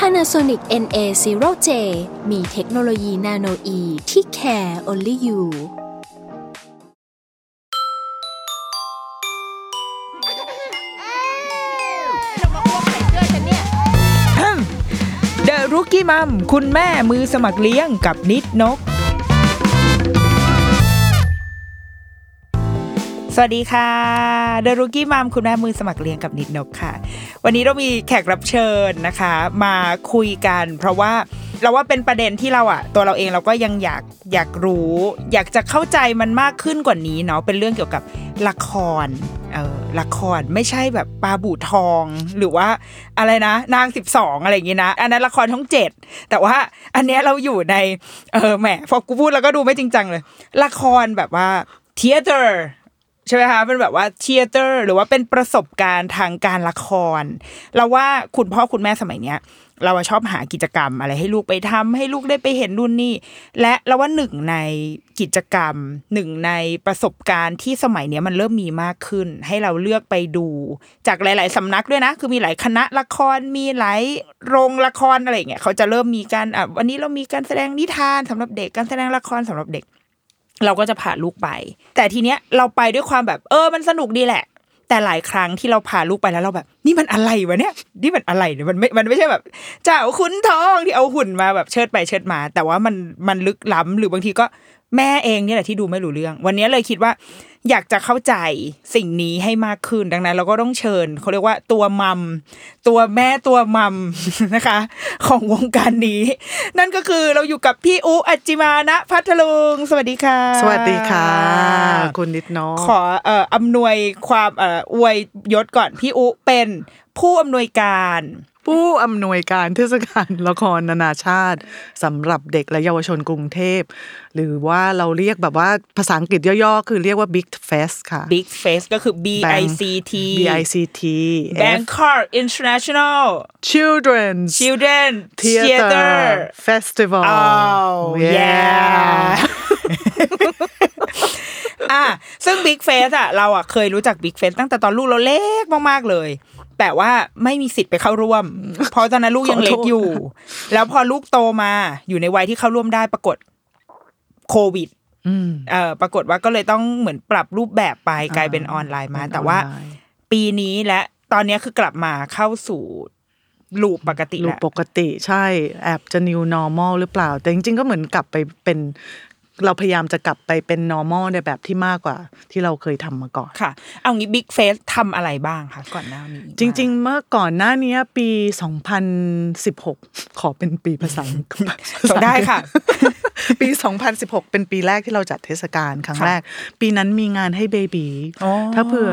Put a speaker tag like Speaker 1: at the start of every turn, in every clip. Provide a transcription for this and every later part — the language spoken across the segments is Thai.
Speaker 1: Panasonic NA0J มีเทคโนโลยีนาโนอีที่ care only you
Speaker 2: เดอะรุกี้มัมคุณแม่มือสมัครเลี้ยงกับนิดนก สวัสดีค่ะเดอะรุกี้มัมคุณแม่มือสมัครเลี้ยงกับนิดนกค่ะ วันนี้เรามีแขกรับเชิญนะคะ มาคุยกัน เพราะว่าเราว่าเป็นประเด็นที่เราอะตัวเราเองเราก็ยังอยากอยากรู้ อยากจะเข้าใจมันมากขึ้นกว่านี้เนาะเป็นเรื่องเกี่ยวกับละครเออละครไม่ใช่แบบปลาบู่ทองหรือว่าอะไรนะ นาง 12 อะไรอย่างงี้นะ อันนั้นละครช่องเจ็ดแต่ว่าอันเนี้ยเราอยู่ในเออแหมพอกูพูดแล้วก็ดูไม่จริงจังเลย ละครแบบว่าเทเตอร์ ใช่ไหมคะเป็นแบบว่าเทเตอร์หรือว่าเป็นประสบการณ์ทางการละคร เราว่าคุณพ่อคุณแม่สมัยเนี้ย เราอะชอบหากิจกรรมอะไรให้ลูกไปทำให้ลูกได้ไปเห็นนู่นนี่ และเราว่าหนึ่งในกิจกรรมหนึ่งในประสบการณ์ที่สมัยเนี้ยมันเริ่มมีมากขึ้น ให้เราเลือกไปดู จากหลาย ๆสำนักด้วยนะ คือมีหลายคณะละครมีหลายโรงละครอะไรอย่างเงี้ยเขาจะเริ่มมีการอ่ะวันนี้เรามีการแสดงนิทานสำหรับเด็กการแสดงละครสำหรับเด็ก เราก็จะพาลูกไป แต่ทีเนี้ยเราไปด้วยความแบบเออมันสนุกดีแหละ แต่หลายครั้งที่เราพาลูกไปแล้วเราแบบ นี่มันอะไรวะเนี่ยนี่มันอะไรเนี่ยมันไม่มันไม่ใช่แบบเจ้าขุนทองที่เอาหุ่นมาแบบเชิดไปเชิดมา แต่ว่ามันมันลึกล้ำหรือบางทีก็แม่เองเนี่ยแหละที่ดูไม่รู้เรื่อง วันนี้เลยคิดว่า อยากจะเข้าใจสิ่งนี้ให้มากขึ้นดังนั้น เราก็ต้องเชิญเขาเรียกว่าตัวมัมตัวแม่ตัวมัม นะคะ ของวงการนี้ นั่นก็คือเราอยู่กับพี่อุอัจจิมานะพัทลุงสวัสดีค่ะ
Speaker 3: สวัสดีค่ะ คุณนิดน้อง
Speaker 2: ขอเอ่ออำนวยความเอ่ออวยยศก่อนพี่อุเป็นผู้อำนวยการ
Speaker 3: ผู้อำนวยการเทศกาลละครนานาชาติสำหรับเด็กและเยาวชนกรุงเทพ หรือว่าเราเรียกแบบว่าภาษาอังกฤษย่อๆ คือเรียกว่า Big Fest ค่ะ
Speaker 2: Big Face ก็คือ BICT
Speaker 3: BICT
Speaker 2: Bangkok International
Speaker 3: Children's
Speaker 2: Children
Speaker 3: Theater Festival
Speaker 2: Oh yeah อ่ะซึ่ง Big Face อ่ะเราอ่ะเคยรู้จัก Big Face ตั้งแต่ตอนลูกเราเล็กมากๆเลย แต่ว่าไม่มีสิทธิ์ไปเข้าร่วม เพราะตอนนั้นลูกยังเล็กอยู่ แล้วพอลูกโตมาอยู่ในวัยที่เข้าร่วมได้ปรากฏโควิด
Speaker 3: อืม
Speaker 2: เอ่อปรากฏว่าก็เลยต้องเหมือนปรับรูปแบบไปกลายเป็นออนไลน์มา แต่ว่า
Speaker 3: ออนไลน์
Speaker 2: ปีนี้และตอนเนี้ยคือกลับมาเข้าสู่ลูปปกติ
Speaker 3: รู
Speaker 2: แล้ว
Speaker 3: ปปกติใช่แอบจะ new normal หรือเปล่า แต่จริงๆก็เหมือนกลับไปเป็น เราพยายามจะกลับไปเป็น normal ในแบบที่มากกว่า ที่เราเคยทำมาก่อน
Speaker 2: ค่ะ เอางี้บิ๊กเฟสทำอะไรบ้างคะก่อนหน้านี้
Speaker 3: จริง ๆ เมื่อก่อนหน้านี้ปี 2016 ขอเป็นปีภาษาอังกฤ ษ
Speaker 2: จำได้ ค่ะ
Speaker 3: ปี 2016 เป็นปีแรกที่เราจัดเทศกาลครั้ง
Speaker 2: ค่ะ
Speaker 3: แรก ปีนั้นมีงานให้เบบี
Speaker 2: อ๋อ
Speaker 3: ถ้าเผื่อ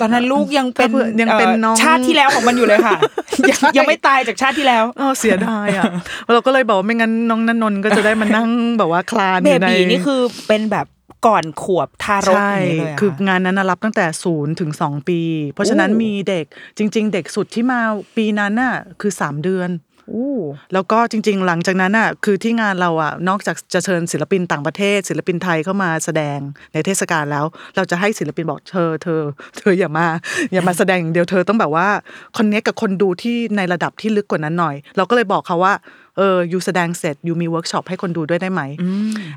Speaker 2: ตอนนั้นลูกยังเป็น
Speaker 3: ถ้าเผื่อยังเป็น
Speaker 2: อ่อ
Speaker 3: น้อง
Speaker 2: ชาติที่แล้วของมันอยู่เลยค่ะ ยังยังไม่ตายจากชาติที่แล้ว
Speaker 3: เออเสียดาย อ่ะ เราก็เลยบอกว่าไม่งั้นน้องนันนนท์ก็จะได้มานั่งแบบว่าคลาน
Speaker 2: เบ
Speaker 3: อยู่ใน
Speaker 2: บีนี่คือเป็นแบบก่อนขวบทารก
Speaker 3: ใช่
Speaker 2: อย่างนี้เลยเหรอคะ
Speaker 3: คืองานนั้นน่ะรับตั้งแต่ศูนย์ถึงสองปี เพราะฉะนั้น
Speaker 2: โอ้
Speaker 3: มีเด็กจริง ๆ เด็กสุดที่มาปีนั้นน่ะคือสามเดือน
Speaker 2: อู้
Speaker 3: แล้วก็จริง ๆ หลังจากนั้นน่ะคือที่งานเราอ่ะนอกจากจะเชิญศิลปินต่างประเทศ ศิลปินไทยเข้ามาแสดงในเทศกาลแล้ว เราจะให้ศิลปินบอกเธอเธอ เธออย่ามา อย่ามาแสดงอย่างเดียวเธอต้องแบบว่าคอนเนคกับคนดูที่ในระดับที่ลึกกว่านั้นหน่อย เราก็เลยบอกเขาว่าเอออยู่แสดงเสร็จอยู่มีเวิร์กช็อปให้คนดูด้วยได้ไหม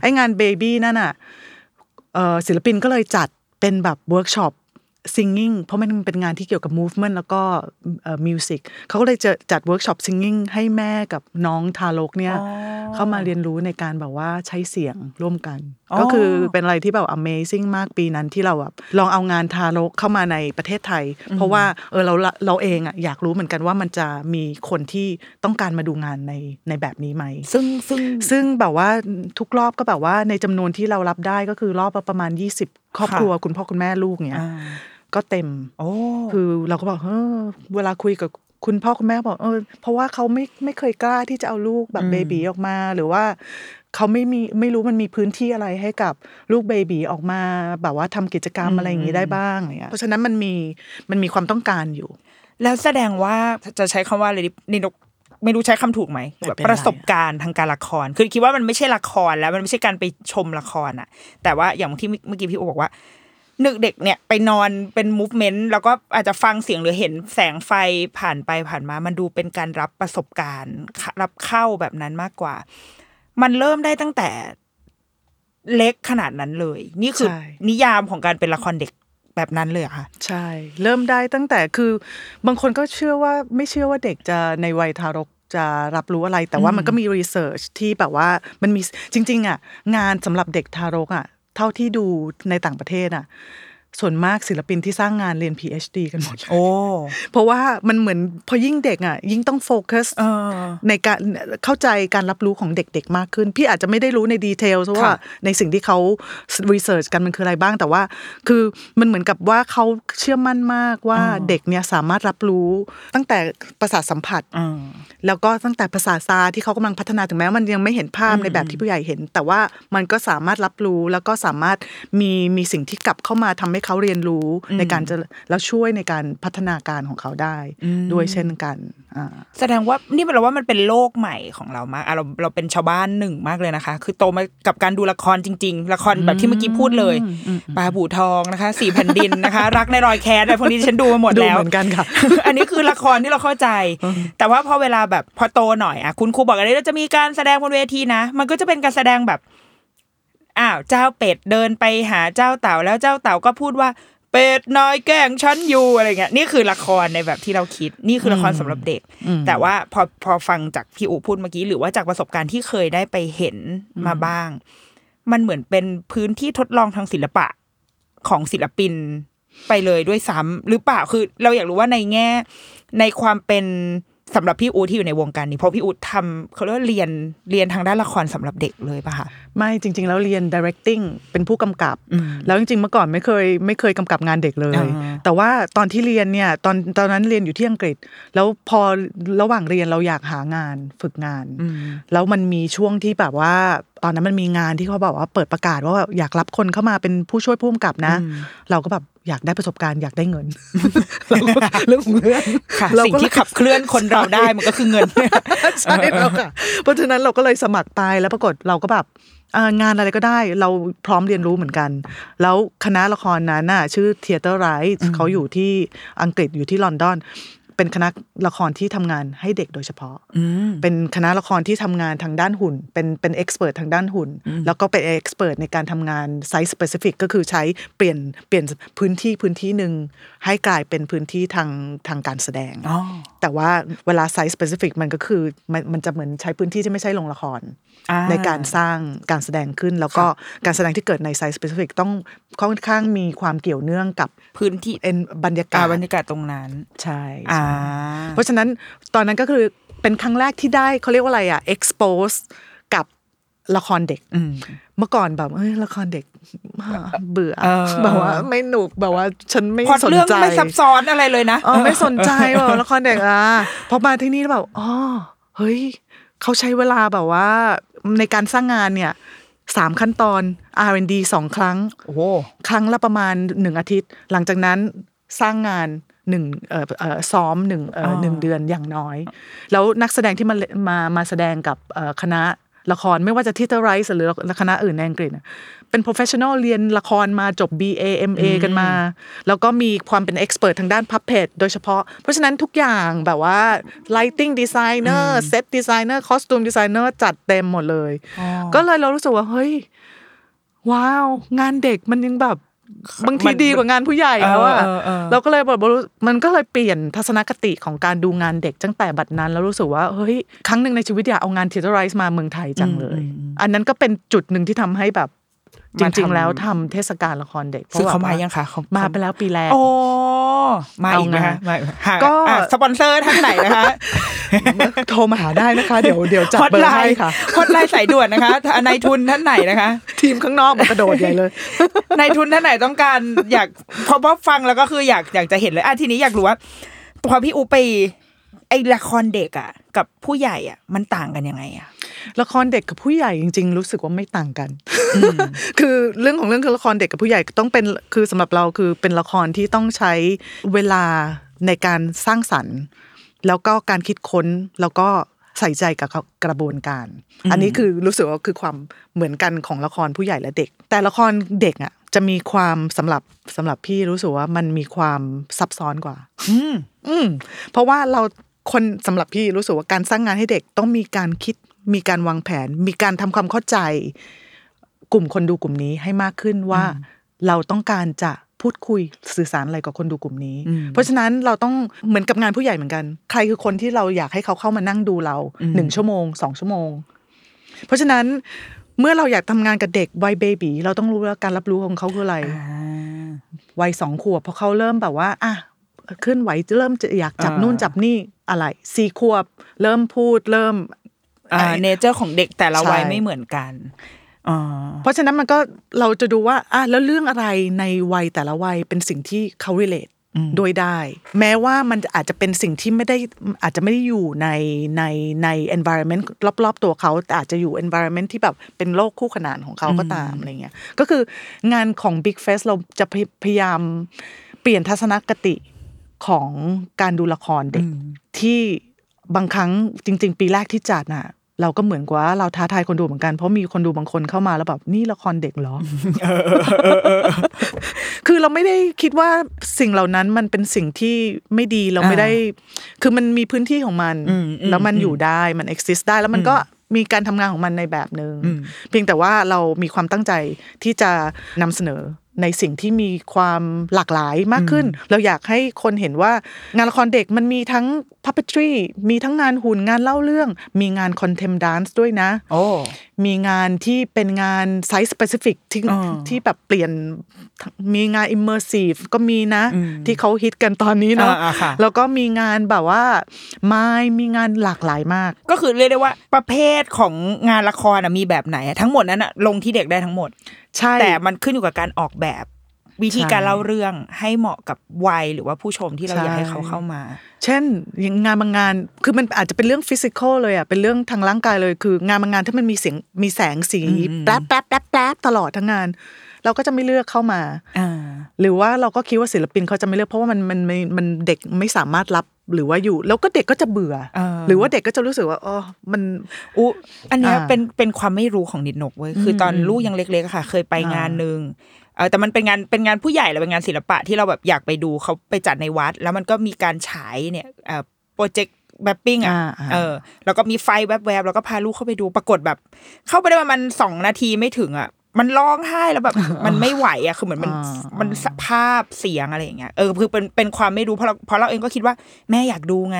Speaker 3: ไองานเบบี้นั่นน่ะ เอ่อศิลปินก็เลยจัดเป็นแบบเวิร์กช็อป singing เพราะมันเป็นงานที่เกี่ยวกับ movement แล้วก็เอ่อ music เขาก็เลยจะจัดเวิร์กช็อป singing ให้แม่กับน้องทารกเนี่ยเข้ามาเรียนรู้ในการแบบว่าใช้เสียงร่วมกัน
Speaker 2: อ๋อ
Speaker 3: ก็คือเป็นอะไรที่แบบ amazing มากปีนั้นที่เราแบบลองเอางานทารกเข้ามาในประเทศไทย เพราะว่าเออเราเราเองอะอยากรู้เหมือนกันว่ามันจะมีคนที่ต้องการมาดูงานในในแบบนี้ไหม
Speaker 2: ซึ่งซึ่ง
Speaker 3: ซึ่งแบบว่าทุกรอบก็แบบว่าในจำนวนที่เรารับได้ก็คือรอบละประมาณ 20 ครอบ
Speaker 2: ค่ะ
Speaker 3: ครัวคุณพ่อคุณแม่ลูกเนี่ย
Speaker 2: อ่า
Speaker 3: ก็เต็ม
Speaker 2: โอ้
Speaker 3: คือเราก็บอกเออเวลาคุยกับ คุณพ่อคุณแม่บอกเออเพราะว่าเขาไม่ไม่เคยกล้าที่จะเอาลูกแบบ
Speaker 2: อืม
Speaker 3: เบบีออกมา หรือว่าเขาไม่มีไม่รู้มันมีพื้นที่อะไรให้กับลูกเบบีออกมา แบบว่าทำกิจกรรมอะไรอย่างนี้ได้บ้างอะไรเงี้ยเพราะฉะนั้นมันมีมันมีความต้องการอยู่
Speaker 2: แล้วแสดงว่าจะใช้คำว่าอะไรดีนี่นกไม่รู้ใช้คำถูกไหม
Speaker 3: ไม่
Speaker 2: แบ
Speaker 3: เป็น
Speaker 2: บ
Speaker 3: ไร
Speaker 2: ประสบการณ์ทางการละคร คือคิดว่ามันไม่ใช่ละครแล้วมันไม่ใช่การไปชมละครอะแต่ว่าอย่างที่เมื่อกี้พี่โอบอกว่าหนึ่งเด็กเนี่ยไปนอนเป็นมูฟเมนต์แล้วก็อาจจะฟังเสียงหรือเห็นแสงไฟผ่านไปผ่านมา มันดูเป็นการรับประสบการณ์ รับเข้าแบบนั้นมากกว่า มันเริ่มได้ตั้งแต่เล็กขนาดนั้นเลย นี่คือ
Speaker 3: ใช่
Speaker 2: นิยามของการเป็นละครเด็กแบบนั้นเลยเหรอค่ะ
Speaker 3: ใช่ เริ่มได้ตั้งแต่คือบางคนก็เชื่อว่าไม่เชื่อว่าเด็กจะในวัยทารกจะรับรู้อะไร แต่ว่ามันก็มีรีเสิร์ชที่แบบว่ามันมีจริง ๆ อ่ะ งานสำหรับเด็กทารกอ่ะ เท่าที่ดูในต่างประเทศอ่ะ ส่วนมากศิลปินที่สร้างงานเรียน PhD กันหมดเลย
Speaker 2: โอ้
Speaker 3: เพราะว่ามันเหมือนพอยิ่งเด็กอ่ะ ยิ่งต้องโฟกัส
Speaker 2: เออ
Speaker 3: ในการเข้าใจการรับรู้ของเด็กๆ มากขึ้น พี่อาจจะไม่ได้รู้ในดีเทลเพราะว่า
Speaker 2: ค่ะ
Speaker 3: ในสิ่งที่เขารีเสิร์ชกันมันคืออะไรบ้าง แต่ว่า คือมันเหมือนกับว่าเขาเชื่อมั่นมากว่าเด็กเนี่ยสามารถรับรู้ตั้งแต่ประสาทสัมผัส
Speaker 2: อืม
Speaker 3: แล้วก็ตั้งแต่ภาษาทตาที่เขากำลังพัฒนาถึงแม้ มันยังไม่เห็นภาพในแบบที่ผู้ใหญ่เห็น แต่ว่ามันก็สามารถรับรู้แล้วก็สามารถมีมีสิ่งที่กลับเข้ามาทำให้เขาเรียนรู้ในการจะแล้วช่วยในการพัฒนาการของเขาได้ด้วยเช่นกันอ่า
Speaker 2: แสดงว่านี่เราว่ามันเป็นโลกใหม่ของเรามากอ่ะเราเราเป็นชาวบ้านหนึ่งมากเลยนะคะ คือโตมากับการดูละครจริง ๆ ละครแบบที่เมื่อกี้พูดเลยปลาบูทองนะคะสี่แผ่นดินนะคะ รักในรอยแค้นอะไรพวกนี้ฉันดูมาหมด
Speaker 3: ดู
Speaker 2: แล้ว
Speaker 3: เหมือนกันค่ะ
Speaker 2: อันนี้คือละครที่เราเข้าใจ แต่ว่าพอเวลาแบบพอโตหน่อยอ่ะคุณครูบอกอะไรเราจะมีการแสดงบนเวทีนะ มันก็จะเป็นการแสดงแบบ อ้าวเจ้าเป็ดเดินไปหาเจ้าเต่าแล้วเจ้าเต่าก็พูดว่า เป็ดน้อยแกล้งฉันอยู่อะไรเงี้ยนี่คือละครในแบบที่เราคิด นี่คือละครสำหรับเด็ก แต่ว่าพอพอฟังจากพี่อูพูดเมื่อกี้ หรือว่าจากประสบการณ์ที่เคยได้ไปเห็นมาบ้าง มันเหมือนเป็นพื้นที่ทดลองทางศิลปะของศิลปินไปเลยด้วยซ้ำหรือเปล่าคือ เราอยากรู้ว่าในแง่ ในความเป็นสำหรับพี่อูที่อยู่ในวงการนี้เพราะพี่อูทำเขาเรียกว่าเรียนเรียนทางด้านละครสำหรับเด็กเลยป่ะคะ
Speaker 3: ไม่จริง ๆ แล้วเรียน directing เป็นผู้กำกับ แล้วจริง ๆ เมื่อก่อนไม่เคยไม่เคยกำกับงานเด็กเลย
Speaker 2: อ่าฮะ
Speaker 3: แต่ว่าตอนที่เรียนเนี่ยตอนตอนนั้นเรียนอยู่ที่อังกฤษ แล้วพอระหว่างเรียนเราอยากหางานฝึกงาน แล้วมันมีช่วงที่แบบว่า ตอนนั้นมันมีงานที่เขาบอกว่าเปิดประกาศว่าแบบอยากรับคนเข้ามาเป็นผู้ช่วยผู้กำกับนะ เราก็แบบอยากได้ประสบการณ์อยากได้เงิน เราก็เรื่องของเรื่อง
Speaker 2: ค่ะ
Speaker 3: เรา
Speaker 2: สิ่ง
Speaker 3: ก็
Speaker 2: ที่ขับเคลื่อนคนเราได้มันก็คือเงิน
Speaker 3: ใช่แล้วค่ะ เพราะฉะนั้นเราก็เลยสมัครไปแล้วปรากฏเราก็แบบเอ่องานอะไรก็ได้เราพร้อมเรียนรู้เหมือนกัน แล้วคณะละครนั้นน่ะชื่อ Theater Rights เขาอยู่ที่อังกฤษอยู่ที่ลอนดอน เป็นคณะละครที่ทำงานให้เด็กโดยเฉพาะ เป็นคณะละครที่ทำงานทางด้านหุ่น เป็นเป็นเอ็กซ์เพรสทางด้านหุ่น แล้วก็เป็นเอ็กซ์เพรสในการทำงานไซส์สเปซิฟิกก็คือใช้เปลี่ยนเปลี่ยนพื้นที่พื้นที่หนึ่งให้กลายเป็นพื้นที่ทางทางการแสดง แต่ว่าเวลาไซส์ specific มันก็คือมันมันจะเหมือนใช้พื้นที่ที่ไม่ใช่โรงละคร
Speaker 2: อ่า
Speaker 3: ในการสร้างการแสดงขึ้น แล้วก็การแสดงที่เกิดในไซส์ specific ต้องค่อนข้างมีความเกี่ยวเนื่องกับ
Speaker 2: พื้นที่
Speaker 3: เอ็นบรรยากา
Speaker 2: อ่า
Speaker 3: ศ
Speaker 2: บรรยากาศตรงนั้น
Speaker 3: ใช่ใช่
Speaker 2: อ่า
Speaker 3: เพราะฉะนั้นตอนนั้นก็คือเป็นครั้งแรกที่ได้เขาเรียกว่าอะไรอ่ะ expose กับละครเด็กเมื่อก่อนแบบเอ้ยละครเด็กเบื่อ
Speaker 2: เออ
Speaker 3: แบบว่าไม่หนุกแบบว่าฉันไม่
Speaker 2: พล็อด
Speaker 3: สน
Speaker 2: เรื่อง
Speaker 3: ใจ
Speaker 2: ไม่ซับซ้อนอะไรเลยนะ
Speaker 3: เออไม่สนใจแบบละครเด็กอ่ะพอมาที่นี่แล้วแบบอ๋อเฮ้ยเขาใช้เวลาแบบว่าในการสร้างงานเนี่ยสามขั้นตอน R&D สองครั้ง
Speaker 2: โอ้โห
Speaker 3: ครั้งละประมาณหนึ่งอาทิตย์ หลังจากนั้นสร้างงานหนึ่งเอ่อเอ่อซ้อมหนึ่งเอ่ออหนึ่งเดือนอย่างน้อย แล้วนักแสดงที่มาเลมามาแสดงกับเอ่อคณะละครไม่ว่าจะทิเตอร์ไรส์หรือคณะอื่นในอังกฤษน่ะเป็น professional เรียนละครมาจบ BA MA กันมา แล้วก็มีความเป็น expert ทางด้าน puppet โดยเฉพาะ เพราะฉะนั้นทุกอย่างแบบว่า lighting designer set designer costume designer จัดเต็มหมดเลย ก็เลยเรารู้สึกว่าเฮ้ย ว้าว งานเด็กมันยังแบบบางทีดีกว่างานผู้ใหญ่แล้วอะ
Speaker 2: เออเออเออ
Speaker 3: เราก็เลยแบบรู้มันก็เลยเปลี่ยนทัศนคติของการดูงานเด็กตั้งแต่บัดนั้น แล้วรู้สึกว่าเฮ้ยครั้งหนึ่งในชีวิตอยากเอางานเทเตอร์ไรส์มาเมืองไทยจังเลย อันนั้นก็เป็นจุดหนึ่งที่ทำให้แบบ จ
Speaker 2: มาทำ
Speaker 3: ริง ๆ แล้วทำเทศกาลละครเด็กพระ
Speaker 2: ซึ่งเขา
Speaker 3: ว่
Speaker 2: มายังคะเข
Speaker 3: มาไปแล้วปีแรก
Speaker 2: โอ้มาอีกไหมคะ
Speaker 3: เอาไง
Speaker 2: มาอีกไหมคะ
Speaker 3: ก็
Speaker 2: อ่ะสปอนเซอร์ท่านไหนนะคะ
Speaker 3: โทรมาหาได้นะคะ เดี๋ยวเดี๋ยวจับ
Speaker 2: ฮอต
Speaker 3: เบอ
Speaker 2: ไล
Speaker 3: ร์ให้
Speaker 2: น์
Speaker 3: ค่ะ
Speaker 2: ฮอตไลน์สายด่วนนะคะนายทุนท่านไหนนะคะ
Speaker 3: ทีมข้างนอกมากระโดดใหญ่เลย
Speaker 2: นายทุนท่านไหนต้องการอยากพอพอฟังแล้วก็คืออยากอยากจะเห็นเลยอ่ะทีนี้อยากรู้ว่าพอพี่อูไป ไอละครเด็กอ่ะ กับผู้ใหญ่อ่ะ มันต่างกันยังไงอ่ะ
Speaker 3: ละครเด็กกับผู้ใหญ่จริง ๆ รู้สึกว่าไม่ต่างกัน คือเรื่องของเรื่องคือละครเด็กกับผู้ใหญ่ต้องเป็นคือสำหรับเราคือเป็นละครที่ต้องใช้เวลาในการสร้างสรรค์ แล้วก็การคิดค้นแล้วก็ใส่ใจกับกระบวนการ อันนี้คือรู้สึกว่าคือความเหมือนกันของละครผู้ใหญ่และเด็ก แต่ละครเด็กอ่ะจะมีความสำหรับสำหรับพี่รู้สึกว่ามันมีความซับซ้อนกว่า
Speaker 2: อืม
Speaker 3: อืมเพราะว่าเราคนสำหรับพี่รู้สึกว่าการสร้างงานให้เด็กต้องมีการคิด มีการวางแผน มีการทำความเข้าใจ กลุ่มคนดูกลุ่มนี้ให้มากขึ้นว่า เราต้องการจะพูดคุยสื่อสารอะไรกับคนดูกลุ่มนี้
Speaker 2: อืม
Speaker 3: เพราะฉะนั้นเราต้องเหมือนกับงานผู้ใหญ่เหมือนกัน ใครคือคนที่เราอยากให้เขาเข้ามานั่งดูเรา
Speaker 2: อืม
Speaker 3: หนึ่งชั่วโมงสองชั่วโมง เพราะฉะนั้นเมื่อเราอยากทำงานกับเด็กวัยเบบีเราต้องรู้ว่าการรับรู้ของเขาคืออะไร วัยสองขวบพอเขาเริ่มแบบว่าอ่ะเคลื่อนไหวเริ่มจะอยากจับ
Speaker 2: อ่านู่
Speaker 3: นู่นจับนี่อะไรสี่ขวบ เริ่มพูดเริ่ม
Speaker 2: อ่าเนเจอร์ของเด็กแต่ละวัย
Speaker 3: ใช่
Speaker 2: ไม่เหมือนกันอ๋อ
Speaker 3: เพราะฉะนั้นมันก็เราจะดูว่าอ่ะแล้วเรื่องอะไรในวัยแต่ละวัยเป็นสิ่งที่เขา relate
Speaker 2: อืม
Speaker 3: โดยได้ แม้ว่ามันอาจจะเป็นสิ่งที่ไม่ได้อาจจะไม่ได้อยู่ในในใน environment รอบๆ ตัวเขาแต่อาจจะอยู่ environment ที่แบบเป็นโลกคู่ขนานของเขาก็ตามอะไรเงี้ยก็คืองานของ Big Face เราจะพยพยายามเปลี่ยนทัศนคติของการดูละครเด็ก ที่บางครั้งจริง ๆ ปีแรกที่จัดน่ะ เราก็เหมือนกับว่าเราท้าทายคนดูเหมือนกันเพราะมีคนดูบางคนเข้ามาแล้วแบบนี่ละครเด็กเหรอ คือเราไม่ได้คิดว่าสิ่งเหล่านั้นมันเป็นสิ่งที่ไม่ดีเราไม่
Speaker 2: อ่า
Speaker 3: ได้ คือมันมีพื้นที่ของมัน
Speaker 2: อืมอืม
Speaker 3: แล้วมันอยู่ได้มัน exist ได้แล้วมันก็มีการทำงานของมันในแบบหนึ
Speaker 2: อื่
Speaker 3: ง
Speaker 2: ม
Speaker 3: เพียงแต่ว่าเรามีความตั้งใจที่จะนำเสนอในสิ่งที่มีความหลากหลายมากขึ้น เราอยากให้คนเห็นว่างานละครเด็กมันมีทั้ง puppetry มีทั้งงานหุ่นงานเล่าเรื่อง มีงาน contem dance ด้วยนะ
Speaker 2: โอ้
Speaker 3: มีงานที่เป็นงานไซส์ specific ที่
Speaker 2: อ่า
Speaker 3: ที่แบบเปลี่ยนมีงาน immersive ก็มีนะ
Speaker 2: อืม
Speaker 3: ที่เขาฮิตกันตอนนี้เนาะ
Speaker 2: อ่าๆค่ะ
Speaker 3: แล้วก็มีงานแบบว่าไม้มีงานหลากหลายมาก
Speaker 2: ก็คือเรียกได้ว่าประเภทของงานละครอะมีแบบไหนอะทั้งหมดนั้นอะลงที่เด็กได้ทั้งหมด
Speaker 3: ใช่
Speaker 2: แต่มันขึ้นอยู่กับการออกแบบ วิธี
Speaker 3: ใช่
Speaker 2: การเล่าเรื่องให้เหมาะกับวัยหรือว่าผู้ชมที่เราอยากให้เขาเข้ามา
Speaker 3: เช่นอย่างงานบางงานคือมันอาจจะเป็นเรื่องฟิสิกอลเลยอ่ะเป็นเรื่องทางร่างกายเลยคืองานบางงานถ้ามันมีเสียงมีแสงสีแป๊บแป๊บแป๊บแป๊บตลอดทั้งงาน เราก็จะไม่เลือกเข้ามา
Speaker 2: อ่า
Speaker 3: หรือว่าเราก็คิดว่าศิลปินเขาจะไม่เลือกเพราะว่ามันมันมันมันเด็กไม่สามารถรับหรือว่าอยู่ แล้วก็เด็กก็จะเบื่อ
Speaker 2: เออ
Speaker 3: หรือว่าเด็กก็จะรู้สึกว่าอ๋อมัน
Speaker 2: อุยอันเนี้ย
Speaker 3: อ่า
Speaker 2: เป็นเป็นความไม่รู้ของนิดนกเว้ยคือตอนลูกยังเล็กๆอะค่ะ เคยไป
Speaker 3: อ่าง
Speaker 2: งานหนึ่งเออแต่มันเป็นงานเป็นงานผู้ใหญ่แล้วเป็นงานศิลปะที่เราแบบอยากไปดูเขาไปจัดในวัด แล้วมันก็มีการฉายเนี่ยเอ่อโปรเจกต์แบบปิ้งอ่ะเออแล้วก็มีไฟแวบๆแล้วก็พาลูกเข้าไปดูปรากฏแบบ เข้าไปได้ประมาณสองนาทีไม่ถึงอ่ะ มันร้องไห้ แล้วแบบ มันไม่ไหวอ่ะคือเหมือนมัน
Speaker 3: อ่า
Speaker 2: มันสภาพเสียงอะไรอย่างเงี้ยเออคือเป็นเป็นความไม่รู้เพราะเราเพราะเราเองก็คิดว่าแม่อยากดูไง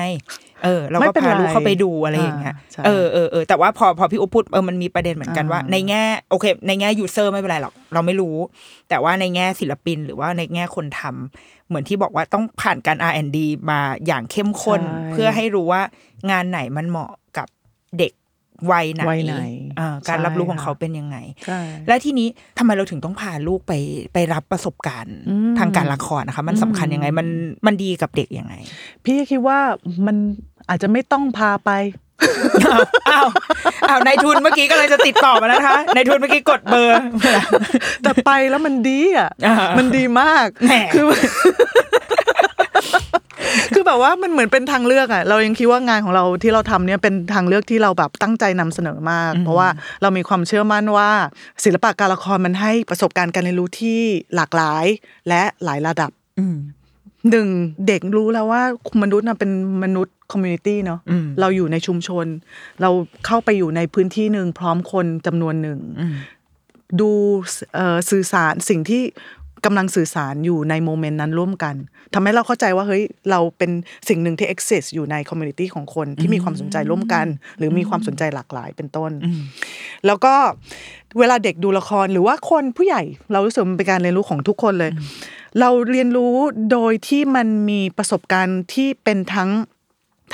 Speaker 2: เออ เราก็
Speaker 3: ไม่เป็น
Speaker 2: พา
Speaker 3: ไร
Speaker 2: ลูกเข้าไปดูอะไรอย่างเงี้ย
Speaker 3: อ่าใช่
Speaker 2: เออเออเออแต่ว่าพอพอพี่อุ๊บพูดเออมันมีประเด็นเหมือนกันว่า
Speaker 3: อ่า
Speaker 2: ในแง่โอเค ในแง่ยูเซอร์ไม่เป็นไรหรอก เราไม่รู้ แต่ว่าในแง่ศิลปินหรือว่าในแง่คนทำเหมือนที่บอกว่าต้องผ่านการ R&D มาอย่างเข้มข้น เพื่อให้รู้ว่างานไหนมันเหมาะกับเด็กวัยไหน
Speaker 3: วัยไหน
Speaker 2: เออการ
Speaker 3: ใช่
Speaker 2: รับรู้ของ
Speaker 3: ค่ะ
Speaker 2: เขาเป็นยังไง
Speaker 3: ใช่
Speaker 2: และทีนี้ทำไมเราถึงต้องพาลูกไปไปรับประสบการณ์
Speaker 3: อืม
Speaker 2: ทางการละครนะคะ มันสำคัญยังไงมันมันดีกับเด็กยังไง
Speaker 3: พี่คิดว่ามันอาจจะไม่ต้องพาไป
Speaker 2: อ้าว อ้าวนายทุนเมื่อกี้ก็เลยจะติดต่อมานะคะนายทุนเมื่อกี้กดเบอร์
Speaker 3: แต่ไปแล้วมันดีอ่ะ
Speaker 2: อ่ามั
Speaker 3: มันดีมาก
Speaker 2: แหม
Speaker 3: คือ คือแบบว่ามันเหมือนเป็นทางเลือกอ่ะ เรายังคิดว่างานของเราที่เราทำเนี่ยเป็นทางเลือกที่เราแบบตั้งใจนำเสนอมาก เพราะว่าเรามีความเชื่อมั่นว่า ศิลปะการละครมันให้ประสบการณ์การเรียนรู้ที่หลากหลายและหลายระดับหนึ่งเด็กรู้แล้วว่ามนุษย์นะเป็นมนุษย์คอมมูนิตี้เนาะเราอยู่ในชุมชน เราเข้าไปอยู่ในพื้นที่หนึ่งพร้อมคนจำนวนหนึ่ง ดูเอ่อสื่อสารสิ่งที่กำลังสื่อสารอยู่ในโมเมนต์นั้นร่วมกันทำให้เราเข้าใจว่าเฮ้ยเราเป็นสิ่งหนึ่งที่ access อยู่ในคอมมูนิตี้ของคนที่มีความสนใจร่วมกัน หรือมีความสนใจหลากหลายเป็นต้น แล้วก็เวลาเด็กดูละครหรือว่าคนผู้ใหญ่ เรารู้สึกมันเป็นการเรียนรู้ของทุกคนเลย เราเรียนรู้โดยที่มันมีประสบการณ์ที่เป็นทั้ง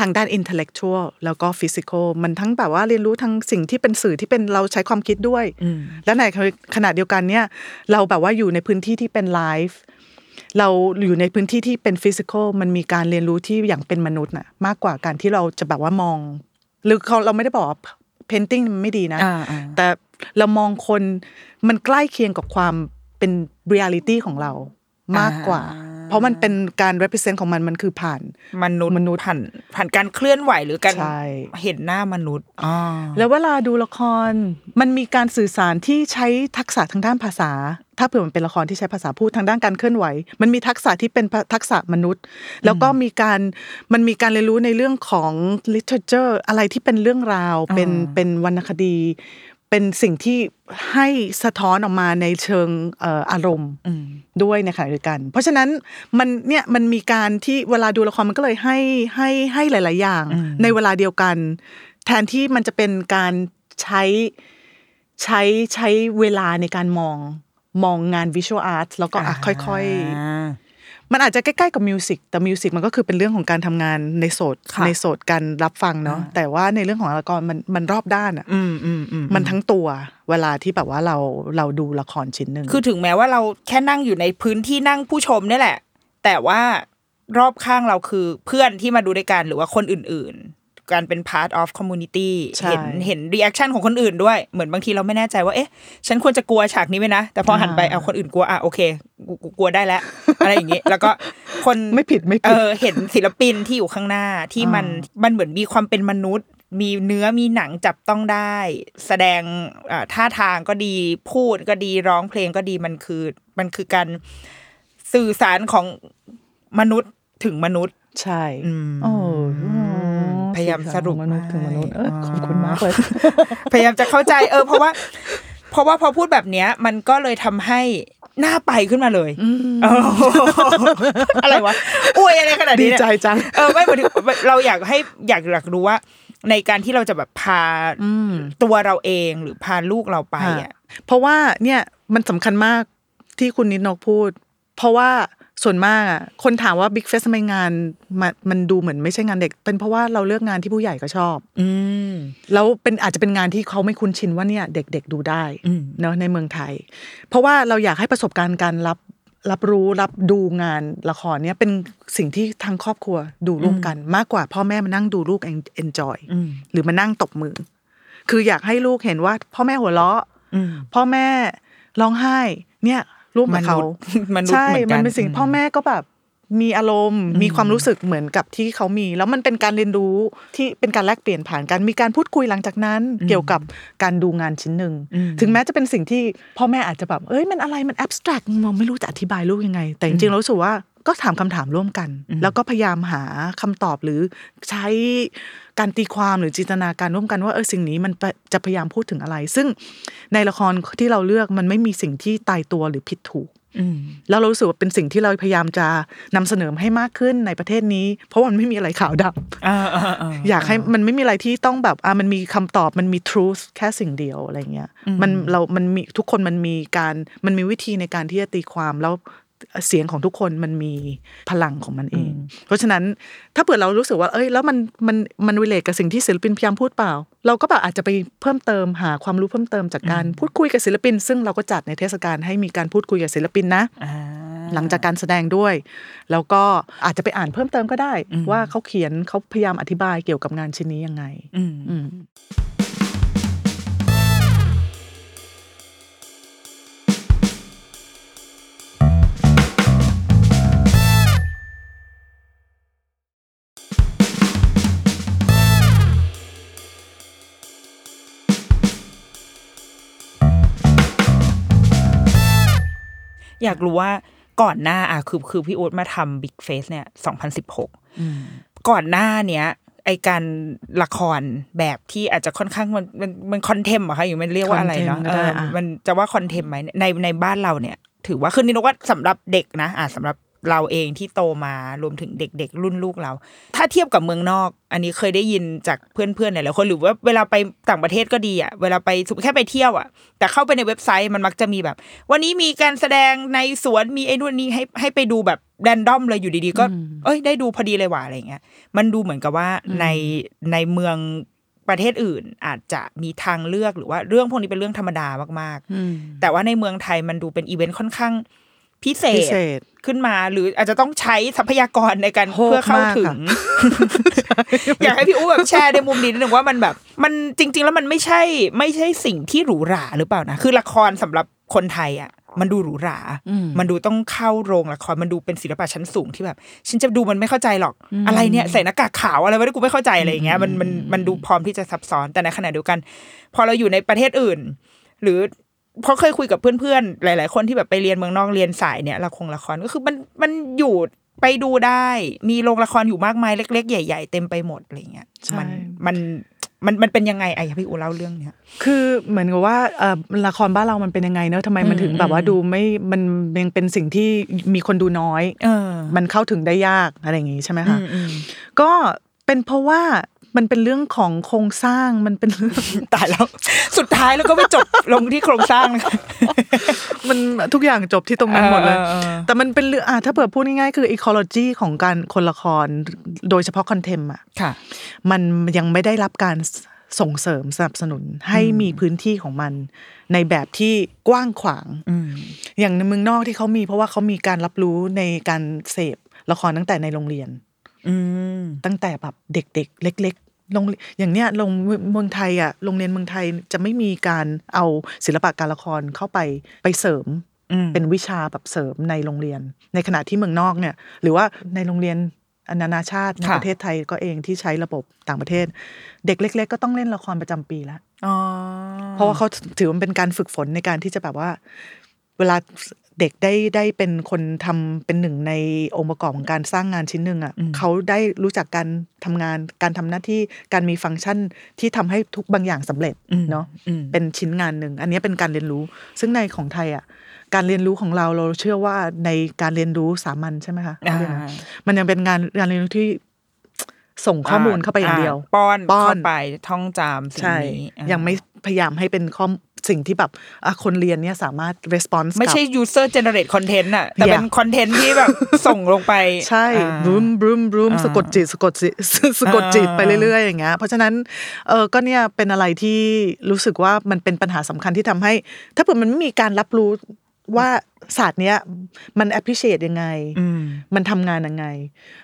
Speaker 3: ทางด้าน intellectual แล้วก็ physical มันทั้งแบบว่าเรียนรู้ทั้งสิ่งที่เป็นสื่อที่เป็นเราใช้ความคิดด้วย และในขณะเดียวกันเนี่ย เราแบบว่าอยู่ในพื้นที่ที่เป็น live เราอยู่ในพื้นที่ที่เป็นฟิสิกอลมันมีการเรียนรู้ที่อย่างเป็นมนุษย์น่ะมากกว่าการที่เราจะแบบว่ามองหรือเขาเราไม่ได้บอกว่าเพนติ้งมันไม่ดีนะ
Speaker 2: อ่าอ่า
Speaker 3: แต่เรามองคนมันใกล้เคียงกับความเป็นเรียลิตี้ของเรามากกว่า
Speaker 2: อ่า
Speaker 3: เพราะมันเป็นการ represent ของมันมันคือผ่าน
Speaker 2: มนุษย์
Speaker 3: มนุษย์
Speaker 2: ผ่านผ่านการเคลื่อนไหวหรือการ
Speaker 3: ใช่
Speaker 2: เห็นหน้ามนุษย์อ๋อ
Speaker 3: แล้วเวลาดูละครมันมีการสื่อสารที่ใช้ทักษะทางด้านภาษา ถ้าเผื่อมันเป็นละครที่ใช้ภาษาพูดทางด้านการเคลื่อนไหว มันมีทักษะที่เป็นทักษะมนุษย์ แล้วก็มีการมันมีการเรียนรู้ในเรื่องของ literature อะไรที่เป็นเรื่องราวเป็นเป็นวรรณคดี เป็นสิ่งที่ให้สะท้อนออกมาในเชิงเอ่ออารมณ์ ด้วยในขณะเดียวกัน เพราะฉะนั้นมันเนี่ยมันมีการที่เวลาดูละครมันก็เลยให้ให้ให้หลาย ๆ อย่าง ในเวลาเดียวกัน แทนที่มันจะเป็นการใช้ใช้ใช้เวลาในการมองมองงานวิชวลอาร์ตแล้วก็อ่ะค่อย ๆ
Speaker 2: า
Speaker 3: มันอาจจะใกล้ๆกับมิวสิกแต่มิวสิกมันก็คือเป็นเรื่องของการทำงานในโสด
Speaker 2: ค่ะ
Speaker 3: ในโสดการรับฟังเนาะแต่ว่าในเรื่องของละครมันมันรอบด้านอ่ะ
Speaker 2: อืมอืมอืม
Speaker 3: มันทั้งตัวเวลาที่แบบว่าเราเราดูละครชิ้นหนึ่ง
Speaker 2: คือถึงแม้ว่าเราแค่นั่งอยู่ในพื้นที่นั่งผู้ชมเนี่ยแหละ แต่ว่ารอบข้างเราคือเพื่อนที่มาดูด้วยกันหรือว่าคนอื่นๆ การเป็น part of community
Speaker 3: ใช่
Speaker 2: เห็นเห็น reaction ของคนอื่นด้วยเหมือนบางทีเราไม่แน่ใจว่าเอ๊ะ ฉันควรจะกลัวฉากนี้ไหมนะ แต่พอหันไปเอาคนอื่นกลัวอ่ะโอเคกูกูกลัวได้แล้ว อะไรอย่าง งี้ แล้วก็คน
Speaker 3: ไม่ผิดไม่
Speaker 2: เอ
Speaker 3: ผิด
Speaker 2: อเห็นศิลปินที่อยู่ข้างหน้าที่มันมันเหมือนมีความเป็นมนุษย์ มีเนื้อมีหนังจับต้องได้ แสดงอ่าท่าทางก็ดีพูดก็ดีร้องเพลงก็ดีมันคือมันคือการสื่อสารของมนุษย์ถึงมนุษย์
Speaker 3: ใช่
Speaker 2: อืม
Speaker 3: โอ้
Speaker 2: พยายามสรุป
Speaker 3: มนุษย์ถึงมนุษย์เออ
Speaker 2: ให้
Speaker 3: ขอบคุณมากเลย
Speaker 2: พยายามจะเข้าใจเออเพราะว่า เพราะว่าพอพูดแบบเนี้ย มันก็เลยทำให้หน้าไปขึ้นมาเลยเออ อะไรวะอวยอะไรขนาด
Speaker 3: ดี
Speaker 2: นี้เนี่ย
Speaker 3: ใจจัง
Speaker 2: เออไม่หมายถึงเราอยากให้อยากอยากรู้ว่า ในการที่เราจะแบบพาตัวเราเองหรือพาลูกเราไปอ่ะ
Speaker 3: เพราะว่าเนี่ยมันสำคัญมากที่คุณนิดนกพูด เพราะว่าส่วนมากอ่ะคนถามว่าบิ๊กเฟสทำไมงานมันมันดูเหมือนไม่ใช่งานเด็ก เป็นเพราะว่าเราเลือกงานที่ผู้ใหญ่ก็ชอบ
Speaker 2: อืม
Speaker 3: แล้วเป็นอาจจะเป็นงานที่เขาไม่คุ้นชินว่าเนี่ยเด็กๆดูได้
Speaker 2: อืม
Speaker 3: เนาะในเมืองไทย เพราะว่าเราอยากให้ประสบการณ์การรับรับรู้รับดูงานละครเนี่ยเป็นสิ่งที่ทางครอบครัวดูร่วมกันมากกว่าพ่อแม่มานั่งดูลูกเอนจอยหรือมานั่งตบมือ คืออยากให้ลูกเห็นว่า พ่อแม่หัวเราะ
Speaker 2: อืม
Speaker 3: พ่อแม่ร้องไห้ เนี่ยรูปเหมือนเขา
Speaker 2: มนุษย์มนุษย์
Speaker 3: ใช่
Speaker 2: เหมือนกัน
Speaker 3: มันเป็นสิ่ง
Speaker 2: อืม
Speaker 3: พ่อแม่ก็แบบมีอารมณ์ มีความรู้สึกเหมือนกับที่เขามี แล้วมันเป็นการเรียนรู้ที่เป็นการแลกเปลี่ยนผ่านกันมีการพูดคุยหลังจากนั้น เกี่ยวกับการดูงานชิ้นหนึ่งถึงแม้จะเป็นสิ่งที่พ่อแม่อาจจะแบบเอ้ยมันอะไรมันแอบสแตรกมองไม่รู้จะอธิบายลูกยังไง แต่จริงๆเรารู้สึกว่าก็ถามคำถามร่วมกัน แล้วก็พยายามหาคำตอบหรือใช้การตีความหรือจินตนาการร่วมกันว่าเออสิ่งนี้มันจะพยายามพูดถึงอะไร ซึ่ง ในละครที่เราเลือกมันไม่มีสิ่งที่ตายตัวหรือผิดถูก
Speaker 2: อืม
Speaker 3: แล้วเรารู้สึกว่าเป็นสิ่งที่เราพยายามจะนำเสนอให้มากขึ้นในประเทศนี้ เพราะมันไม่มีอะไรขาวด
Speaker 2: อ่าอ่าอ่า
Speaker 3: ำอยากให้มันไม่มีอะไรที่ต้องแบบอ่ะมันมีคำตอบมันมี truth แค่สิ่งเดียวอะไรเงี้ยมันเรา มันมีทุกคนมันมีการมันมีวิธีในการที่จะตีความแล้วเสียงของทุกคนมันมีพลังของมันเอง เพราะฉะนั้นถ้าเผื่อเรารู้สึกว่าเอ้ยแล้วมันมันมันวิเลตกับสิ่งที่ศิลปินพยายามพูดเปล่า เราก็แบบอาจจะไปเพิ่มเติมหาความรู้เพิ่มเติมจากการพูดคุยกับศิลปิน ซึ่งเราก็จัดในเทศกาลให้มีการพูดคุยกับศิลปินนะ
Speaker 2: อ่า
Speaker 3: หลังจากการแสดงด้วย แล้วก็อาจจะไปอ่านเพิ่มเติมก็ได้ ว่าเขาเขียนเขาพยายามอธิบายเกี่ยวกับงานชิ้นนี้ยังไง
Speaker 2: อืม
Speaker 3: อืม
Speaker 2: อยากรู้ว่าก่อนหน้าอ่ะคือคือพี่โอ๊ตมาทำบิ๊กเฟสเนี่ย 2016 ก่อนหน้าเนี้ย ไอการละครแบบที่อาจจะค่อนข้างมันมันมันคอนเทมเหรอคะอยู่มันเรียกว่าอะไรเนาะ
Speaker 3: content ก็
Speaker 2: เอ
Speaker 3: ได้
Speaker 2: อ
Speaker 3: อ่ะ
Speaker 2: มันจะว่าคอนเทมไหมในในบ้านเราเนี่ย ถือว่าคือนี่นกว่าสำหรับเด็กนะอ่ะสำหรับเราเองที่โตมารวมถึงเด็กๆ รุ่นลูกเรา ถ้าเทียบกับเมืองนอก อันนี้เคยได้ยินจากเพื่อนๆหลายๆคนหรือว่าเวลาไปต่างประเทศก็ดีอ่ะเวลาไปสมมุติแค่ไปเที่ยวอ่ะ แต่เข้าไปในเว็บไซต์มันมักจะมีแบบ วันนี้มีการแสดงในสวนมีไอ้นู่นนี่ให้ให้ไปดูแบบแรนดอมเลยอยู่ดีๆ ก็ เอ้ยได้ดูพอดีเลยว่ะอะไรอย่างเงี้ย มันดูเหมือนกับว่าในในเมืองประเทศอื่นอาจจะมีทางเลือกหรือว่าเรื่องพวกนี้เป็นเรื่องธรรมดามากๆ แต่ว่าในเมืองไทยมันดูเป็นอีเวนต์ค่อนข้าง พิเศ
Speaker 3: พิ
Speaker 2: ษ
Speaker 3: เศษ
Speaker 2: ขึ้นมาหรืออาจจะต้องใช้ทรัพยากรในการ
Speaker 3: โหด
Speaker 2: เพื่อเข้าถึง
Speaker 3: มาก
Speaker 2: อยากให้พี่อู้แบบแชร์ในมุมนี้นิดนึงว่ามันแบบ มันจริง ๆ แล้วมันไม่ใช่ไม่ใช่สิ่งที่หรูหราหรือเปล่านะคือละครสำหรับคนไทยอ่ะ มันดูหรูหรา มันดูต้องเข้าโรงละครมันดูเป็นศิลปะชั้นสูงที่แบบ ฉันจะดูมันไม่เข้าใจหรอก อะไรเนี่ยใส่หน้ากากขาวอะไรวะเนี่ยกูไม่เข้าใจอะไรอย่างเงี้ยมันมันมันดูพร้อมที่จะซับซ้อนแต่ในขณะเดียวกัน พอเราอยู่ในประเทศอื่น หรือเพราะเคยคุยกับเพื่อนๆ หลาย ๆ คนที่แบบไปเรียนเมืองนอกเรียนสายเนี่ยละครละครก็คือมันมันอยู่ไปดูได้ มีโรงละครอยู่มากมายเล็ก ๆ ใหญ่ ๆ เต็มไปหมดอะไรเงี้ย
Speaker 3: ใช่
Speaker 2: มันมันมันมันเป็นยังไงไอ้พี่อูเล่าเรื่องเนี้ย
Speaker 3: คือเหมือนกับว่าเอ่อละครบ้านเรามันเป็นยังไงเนอะทำไมมันถึงแบบว่าดูไม่มันยังเป็นสิ่งที่มีคนดูน้อย
Speaker 2: เออ
Speaker 3: มันเข้าถึงได้ยากอะไรอย่างงี้ใช่ไหม
Speaker 2: อื
Speaker 3: คะ
Speaker 2: มอืม
Speaker 3: ก็เป็นเพราะว่ามันเป็นเรื่องของโครงสร้างมันเป็นเรื่อง
Speaker 2: ตายแล้ว สุดท้ายแล้วก็ไปจบ ลงที่โครงสร้างนะคะ
Speaker 3: มันทุกอย่างจบที่ตรง นั้นหมดเลย
Speaker 2: เออเออเออ
Speaker 3: แต่มันเป็นเรื่องอ่ะถ้าเปิดพูดง่ายๆ คืออีโคโลจีของการคนละครโดยเฉพาะคอนเทมอ่ะ
Speaker 2: ค่ะ
Speaker 3: มันยังไม่ได้รับการส่งเสริมสนับสนุนให้มีพื้นที่ของมัน ในแบบที่กว้างขวาง
Speaker 2: อืม
Speaker 3: อย่างในเมืองนอกที่เขามีเพราะว่าเขามีการรับรู้ในการเสพละครตั้งแต่ในโรงเรียน
Speaker 2: อืม
Speaker 3: ตั้งแต่แบบเด็กๆ เล็กๆโรงเรียนอย่างเนี้ยโรงเมืองไทยอ่ะโรงเรียนเมืองไทยจะไม่มีการเอาศิลปะการละครเข้าไปไปเสริม
Speaker 2: อืม
Speaker 3: เป็นวิชาแบบเสริมในโรงเรียน ในขณะที่เมืองนอกเนี่ย หรือว่าในโรงเรียนอนานาชาติใน
Speaker 2: ค่ะ
Speaker 3: ประเทศไทยก็เองที่ใช้ระบบต่างประเทศ เด็กเล็ก ๆ ก็ต้องเล่นละครประจำปีแล้ว
Speaker 2: อ๋อ
Speaker 3: เพราะว่าเขาถือว่ามันเป็นการฝึกฝนในการที่จะแบบว่า เวลาเด็กได้ได้เป็นคนทำเป็นหนึ่งในองค์ประกอบของการสร้างงานชิ้นหนึ่งอ่ะเขาได้รู้จักการทำงานการทำหน้าที่การมีฟังก์ชันที่ทำให้ทุกบางอย่างสำเร็จเนาะ
Speaker 2: อืม
Speaker 3: เป็นชิ้นงานหนึ่งอันนี้เป็นการเรียนรู้ ซึ่งในของไทยอ่ะการเรียนรู้ของเราเราเชื่อว่าในการเรียนรู้สามัญใช่ไหมคะ
Speaker 2: อ่า
Speaker 3: เขาเรียกนะมันยังเป็นงานการเรียนรู้ที่ส่งข้อมูลเข้าไปอย่างเดียว
Speaker 2: ป้อน
Speaker 3: ป้อน
Speaker 2: เข้าไปท่องจำสิ่ง
Speaker 3: ใช่
Speaker 2: นี้อ่ะ
Speaker 3: ยังไม่พยายามให้เป็นข้อมสิ่งที่แบบอ่ะคนเรียนเนี่ยสามารถ response
Speaker 2: ไม่ใช่
Speaker 3: กลับ
Speaker 2: user generate content น่ะแต่เป็น
Speaker 3: Yeah
Speaker 2: คอนเทนต์ที่ แบบ ส่งลงไป
Speaker 3: ใช่
Speaker 2: อ่า
Speaker 3: บรูมบรูมบรูม
Speaker 2: อ่า
Speaker 3: สะกดจิตสะกดจิต สะกดจิตไปเรื่อยๆอย่างเงี้ยเพราะฉะนั้นเออก็เนี่ยเป็นอะไรที่รู้สึกว่ามันเป็นปัญหาสำคัญที่ทำให้ ถ้าเผื่อมันไม่มีการรับรู้ว่าศาสตร์เนี้ยมัน appreciate ยังไง
Speaker 2: อืม
Speaker 3: มันทำงานยังไง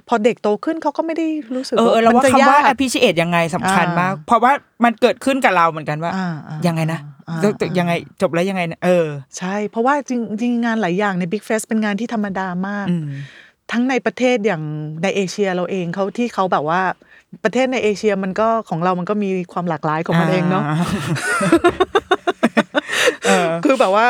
Speaker 3: พอเด็กโตขึ้นเขาก็ไม่ได้รู้สึก
Speaker 2: เออเออเรา
Speaker 3: น
Speaker 2: ว่า
Speaker 3: จะ
Speaker 2: คำว่า
Speaker 3: ยก
Speaker 2: appreciate ยังไงสำคัญ
Speaker 3: อ่าม
Speaker 2: มาก เพราะว่ามันเกิดขึ้นกับเราเหมือนกันว่า
Speaker 3: อ่าอ่ายั
Speaker 2: ยังไงนะ
Speaker 3: อ่า
Speaker 2: แล้วแต่
Speaker 3: อ่ายั
Speaker 2: ยังไงจบแล้วยังไงนะเออ
Speaker 3: ใช่ เพราะว่าจริงจริงงานหลายอย่างใน Big Fest เป็นงานที่ธรรมดามาก
Speaker 2: อืม
Speaker 3: ทั้งในประเทศอย่างในเอเชียเราเองเขาที่เขาแบบว่าประเทศในเอเชียมันก็ของเรามันก็มีความหลากหลายของมันเองเนาะ
Speaker 2: เออ
Speaker 3: คือแบบว่า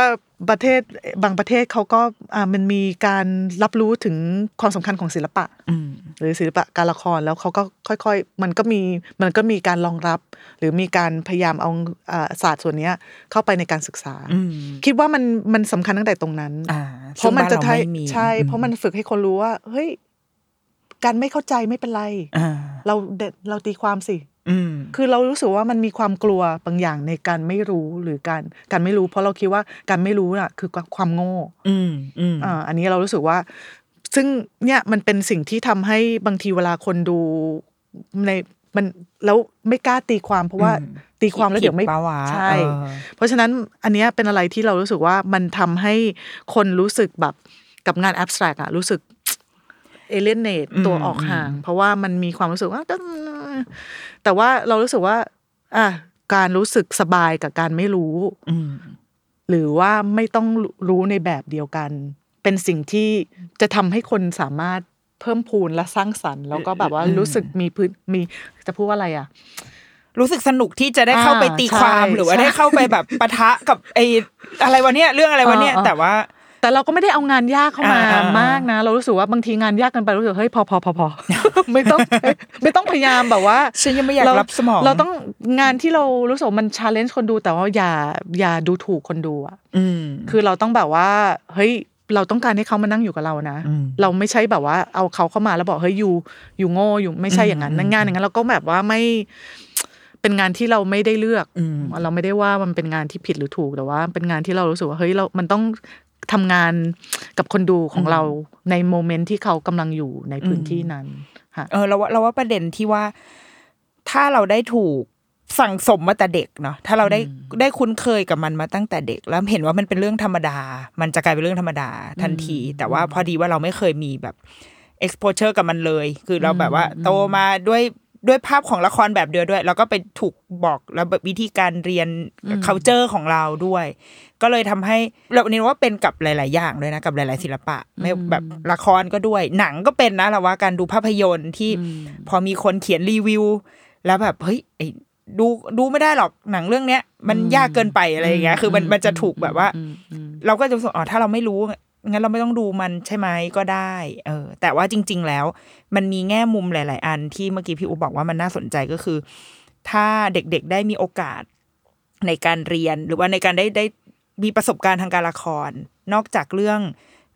Speaker 3: ประเทศบางประเทศเขาก็อ่ามันมีการรับรู้ถึงความสำคัญของศิลปะ
Speaker 2: อืม
Speaker 3: หรือศิลปะการละครแล้วเขาก็ค่อยๆ มันก็มีมันก็มีการรองรับ หรือมีการพยายามเอาอ่าศาสตร์ส่วนเนี้ยเข้าไปในการศึกษา
Speaker 2: อืม
Speaker 3: คิดว่ามันมันสำคัญตั้งแต่ตรงนั้น
Speaker 2: อ่า
Speaker 3: เพราะมันจะ
Speaker 2: ซึ่งบ้
Speaker 3: ใช่
Speaker 2: เราไม่มี
Speaker 3: ใช่ เพราะมันฝึกให้คนรู้ว่า เฮ้ย การไม่เข้าใจไม่เป็นไร
Speaker 2: อ่า
Speaker 3: เราเด็ดเราตีความสิ
Speaker 2: อืม
Speaker 3: คือเรารู้สึกว่ามันมีความกลัวบางอย่างในการไม่รู้หรือการการไม่รู้ เพราะเราคิดว่าการไม่รู้น่ะ คือความโง่
Speaker 2: อืมอืม
Speaker 3: อ่าอันนี้เรารู้สึกว่า ซึ่งเนี่ยมันเป็นสิ่งที่ทำให้บางทีเวลาคนดูในมันแล้วไม่กล้าตีความเพราะว่า
Speaker 2: อืม
Speaker 3: ตีความแล้วเดี๋ยวไม่
Speaker 2: ผิปะวะ
Speaker 3: ใช่
Speaker 2: เออ
Speaker 3: เพราะฉะนั้นอันเนี้ยเป็นอะไรที่เรารู้สึกว่ามันทำให้คนรู้สึกแบบกับงานแอบสแตรกอะรู้สึกเอเลนเนต
Speaker 2: อืม
Speaker 3: ตัวออกห่าง เพราะว่ามันมีความรู้สึกว่าแต่ว่าเรารู้สึกว่า อ่ะการรู้สึกสบายกับการไม่รู้
Speaker 2: อืม
Speaker 3: หรือว่าไม่ต้องรู้ในแบบเดียวกัน เป็นสิ่งที่จะทำให้คนสามารถเพิ่มพูนและสร้างสรรค์ แล้วก็แบบว่า
Speaker 2: อืม
Speaker 3: รู้สึกมีพื้นมีจะพูดว่าอะไรอ่ะ
Speaker 2: รู้สึกสนุกที่จะได้เข้าไปตีความ
Speaker 3: อ่าใช่
Speaker 2: หรือว่าได้
Speaker 3: ใช่
Speaker 2: เข้าไปแบบปะทะกับไออะไรวะเนี่ยเรื่องอะไรวะเนี่ย
Speaker 3: อ่าอ่า
Speaker 2: แต่ว่า
Speaker 3: แต่เราก็ไม่ได้เอางานยากเข้ามา
Speaker 2: อ่าอ่าอ่าม
Speaker 3: มากนะ เรารู้สึกว่าบางทีงานยากเกันไปรู้สึกเฮ้ยพอพอพ อพอ ไม่ต้องไม่ต้องพยายามแบบว่า
Speaker 2: ฉันยังไม่อยาก
Speaker 3: เรา
Speaker 2: รับสมอง
Speaker 3: เราต้องงานที่เรารู้สึกว่ามันชาเลนจ์คนดูแต่ว่าอย่าอย่าดูถูกคนดูอ่ะ
Speaker 2: อืม
Speaker 3: คือเราต้องแบบว่าเฮ้ยเราต้องการให้เขามานั่งอยู่กับเรานะ
Speaker 2: อืม
Speaker 3: เราไม่ใช่แบบว่าเอาเขาเข้ามาแล้วบอกเฮ้ยอยู่อยู่โง่อยู่ไม่ใช่อย่างนั้นนะงานอย่างนั้นเราก็แบบว่าไม่เป็นงานที่เราไม่ได้เลือก
Speaker 2: อืม
Speaker 3: เราไม่ได้ว่ามันเป็นงานที่ผิดหรือถูกแต่ว่า เป็นงานที่เรารู้สึกว่าเฮ้ยเรา มันต้องทำงานกับคนดูของเราในโมเมนต์ที่เขากำลังอยู่ในพื้นที่นั้นค่ะ
Speaker 2: เออเราว่าเราว่าประเด็นที่ว่า ถ้าเราได้ถูก สั่งสมมาแต่เด็กเนาะถ้าเราได้ได้คุ้นเคยกับมันมาตั้งแต่เด็ก แล้วเห็นว่ามันเป็นเรื่องธรรมดา มันจะกลายเป็นเรื่องธรรมดาทันที แต่ว่าพอดีว่าเราไม่เคยมีแบบ exposure กับมันเลย คือเราแบบว่าโตมาด้วยด้วยภาพของละครแบบเดียวด้วย แล้วก็ไปถูกบอกแล้วแบบวิธีการเรียน culture ของเราด้วย ก็เลยทำให้เราเน้นว่าเป็นกับหลาย ๆ อย่างเลยนะกับหลาย ๆ ศิลปะ ไม่แบบละครก็ด้วย หนังก็เป็นนะเราว่าการดูภาพยนตร์ที่พอมีคนเขียนรีวิว แล้วแบบเฮ้ยไอ้ดูดูไม่ได้หรอกหนังเรื่องเนี้ย มันยากเกินไปอะไรอย่างเงี้ยคือมันมันจะถูกแบบว่า เราก็จะรู้สึกอ๋อถ้าเราไม่รู้งั้นเราไม่ต้องดูมันใช่ไหมก็ได้ เออ แต่ว่าจริง ๆ แล้ว มันมีแง่มุมหลาย ๆ อันที่เมื่อกี้พี่อูบอกว่ามันน่าสนใจก็คือ ถ้าเด็ก ๆ ได้มีโอกาส ในการเรียนหรือว่าในการได้ได้มีประสบการณ์ทางการละคร นอกจากเรื่อง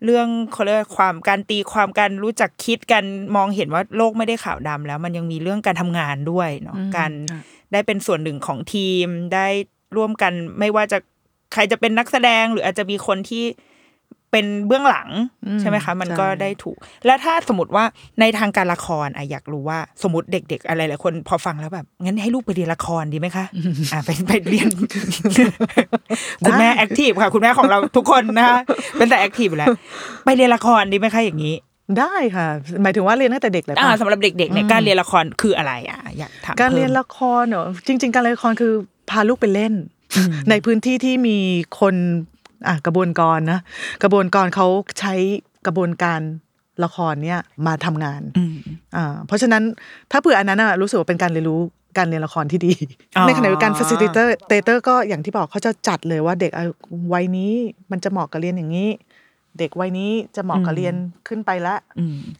Speaker 2: เรื่องเขาเรียกว่าความการตีความการรู้จักคิดกันมองเห็นว่าโลกไม่ได้ขาวดำแล้ว มันยังมีเรื่องการทำงานด้วยเนาะการได้เป็นส่วนหนึ่งของทีมได้ร่วมกันไม่ว่าจะใครจะเป็นนักแสดงหรืออาจจะมีคนที่เป็นเบื้องหลังใช่ไหมคะ มันก็
Speaker 3: ใช่
Speaker 2: ได้ถูก แล้วถ้าสมมติว่าในทางการละครอะอยากรู้ว่าสมมติเด็ก ๆ อะไรหลายคนพอฟังแล้วแบบงั้นให้ลูกไปเรียนละครดีไหมคะอ่าไปไปเรียน คุณแม่แอคทีฟค่ะ คุณแม่ของเราทุกคนนะคะเป็นแต่แอคทีฟอยู่แล้ว ไปเรียนละครดีไหมคะอย่างนี้
Speaker 3: ได้ค่ะ หมายถึงว่าเรียนตั้งแต่เด็กเลย
Speaker 2: อ่า
Speaker 3: ปะ
Speaker 2: สำหรับเด็กๆเนี่ยการเรียนละครคืออะไรอ่ะอยากถาม
Speaker 3: การเรียน
Speaker 2: พิ่ม
Speaker 3: ละครเหรอจริง ๆ การเรียนละครคือพาลูกไปเล่น ในพื้นที่ที่มีคนอ่ะกระบวนกรนะกระบวนกรเขาใช้กระบวนการละครเนี่ยมาทำงานอ่าเพราะฉะนั้นถ้าเผื่ออันนั้นอ่ะรู้สึกว่าเป็นการเรียนรู้การเรียนละครที่ดี
Speaker 2: อ๋อ
Speaker 3: ในขณะเดียวกัน facilitator tator ก็อย่างที่บอกเขาจะจัดเลยว่าเด็กอ่ะวัยนี้มันจะเหมาะกับเรียนอย่างนี้ เด็กวัยนี้จะเหมาะกับเรียนขึ้นไปละ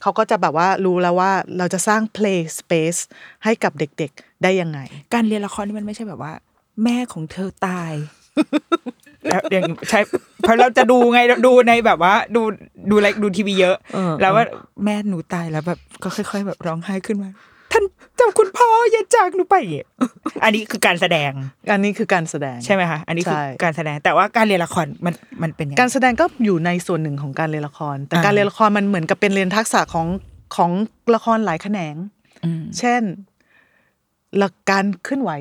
Speaker 3: เขาก็จะแบบว่ารู้แล้วว่าเราจะสร้าง play space ให้กับเด็กๆ ได้ยังไง
Speaker 2: การเรียนละครนี่มันไม่ใช่แบบว่า แม่ของเธอตาย แล้วอย่างใช่เพราะเราจะดูไงดูในแบบว่า ดูดูไลค์ดูทีวีเยอะ แล้วว่าแม่หนูตายแล้วแบบก็ค่อย ๆ แบบร้องไห้ขึ้นมา ท่านเจ้าคุณพ่ออย่าจากหนูไปอย่างเงี้ยอันนี้คือการแสดง
Speaker 3: อันนี้คือการแสดง
Speaker 2: ใช่ไหมคะ อันนี้คือ
Speaker 3: ใช่
Speaker 2: การแสดง แต่ว่าการเรียนละครมันมันเป็นยังไง
Speaker 3: การแสดงก็อยู่ในส่วนหนึ่งของการเรียนละคร แต่
Speaker 2: อ่า
Speaker 3: การเรียนละครมันเหมือนกับเป็นเรียนทักษะของของละครหลายแขนง
Speaker 2: อืม
Speaker 3: เช่นหลักการเคลื่อนไหว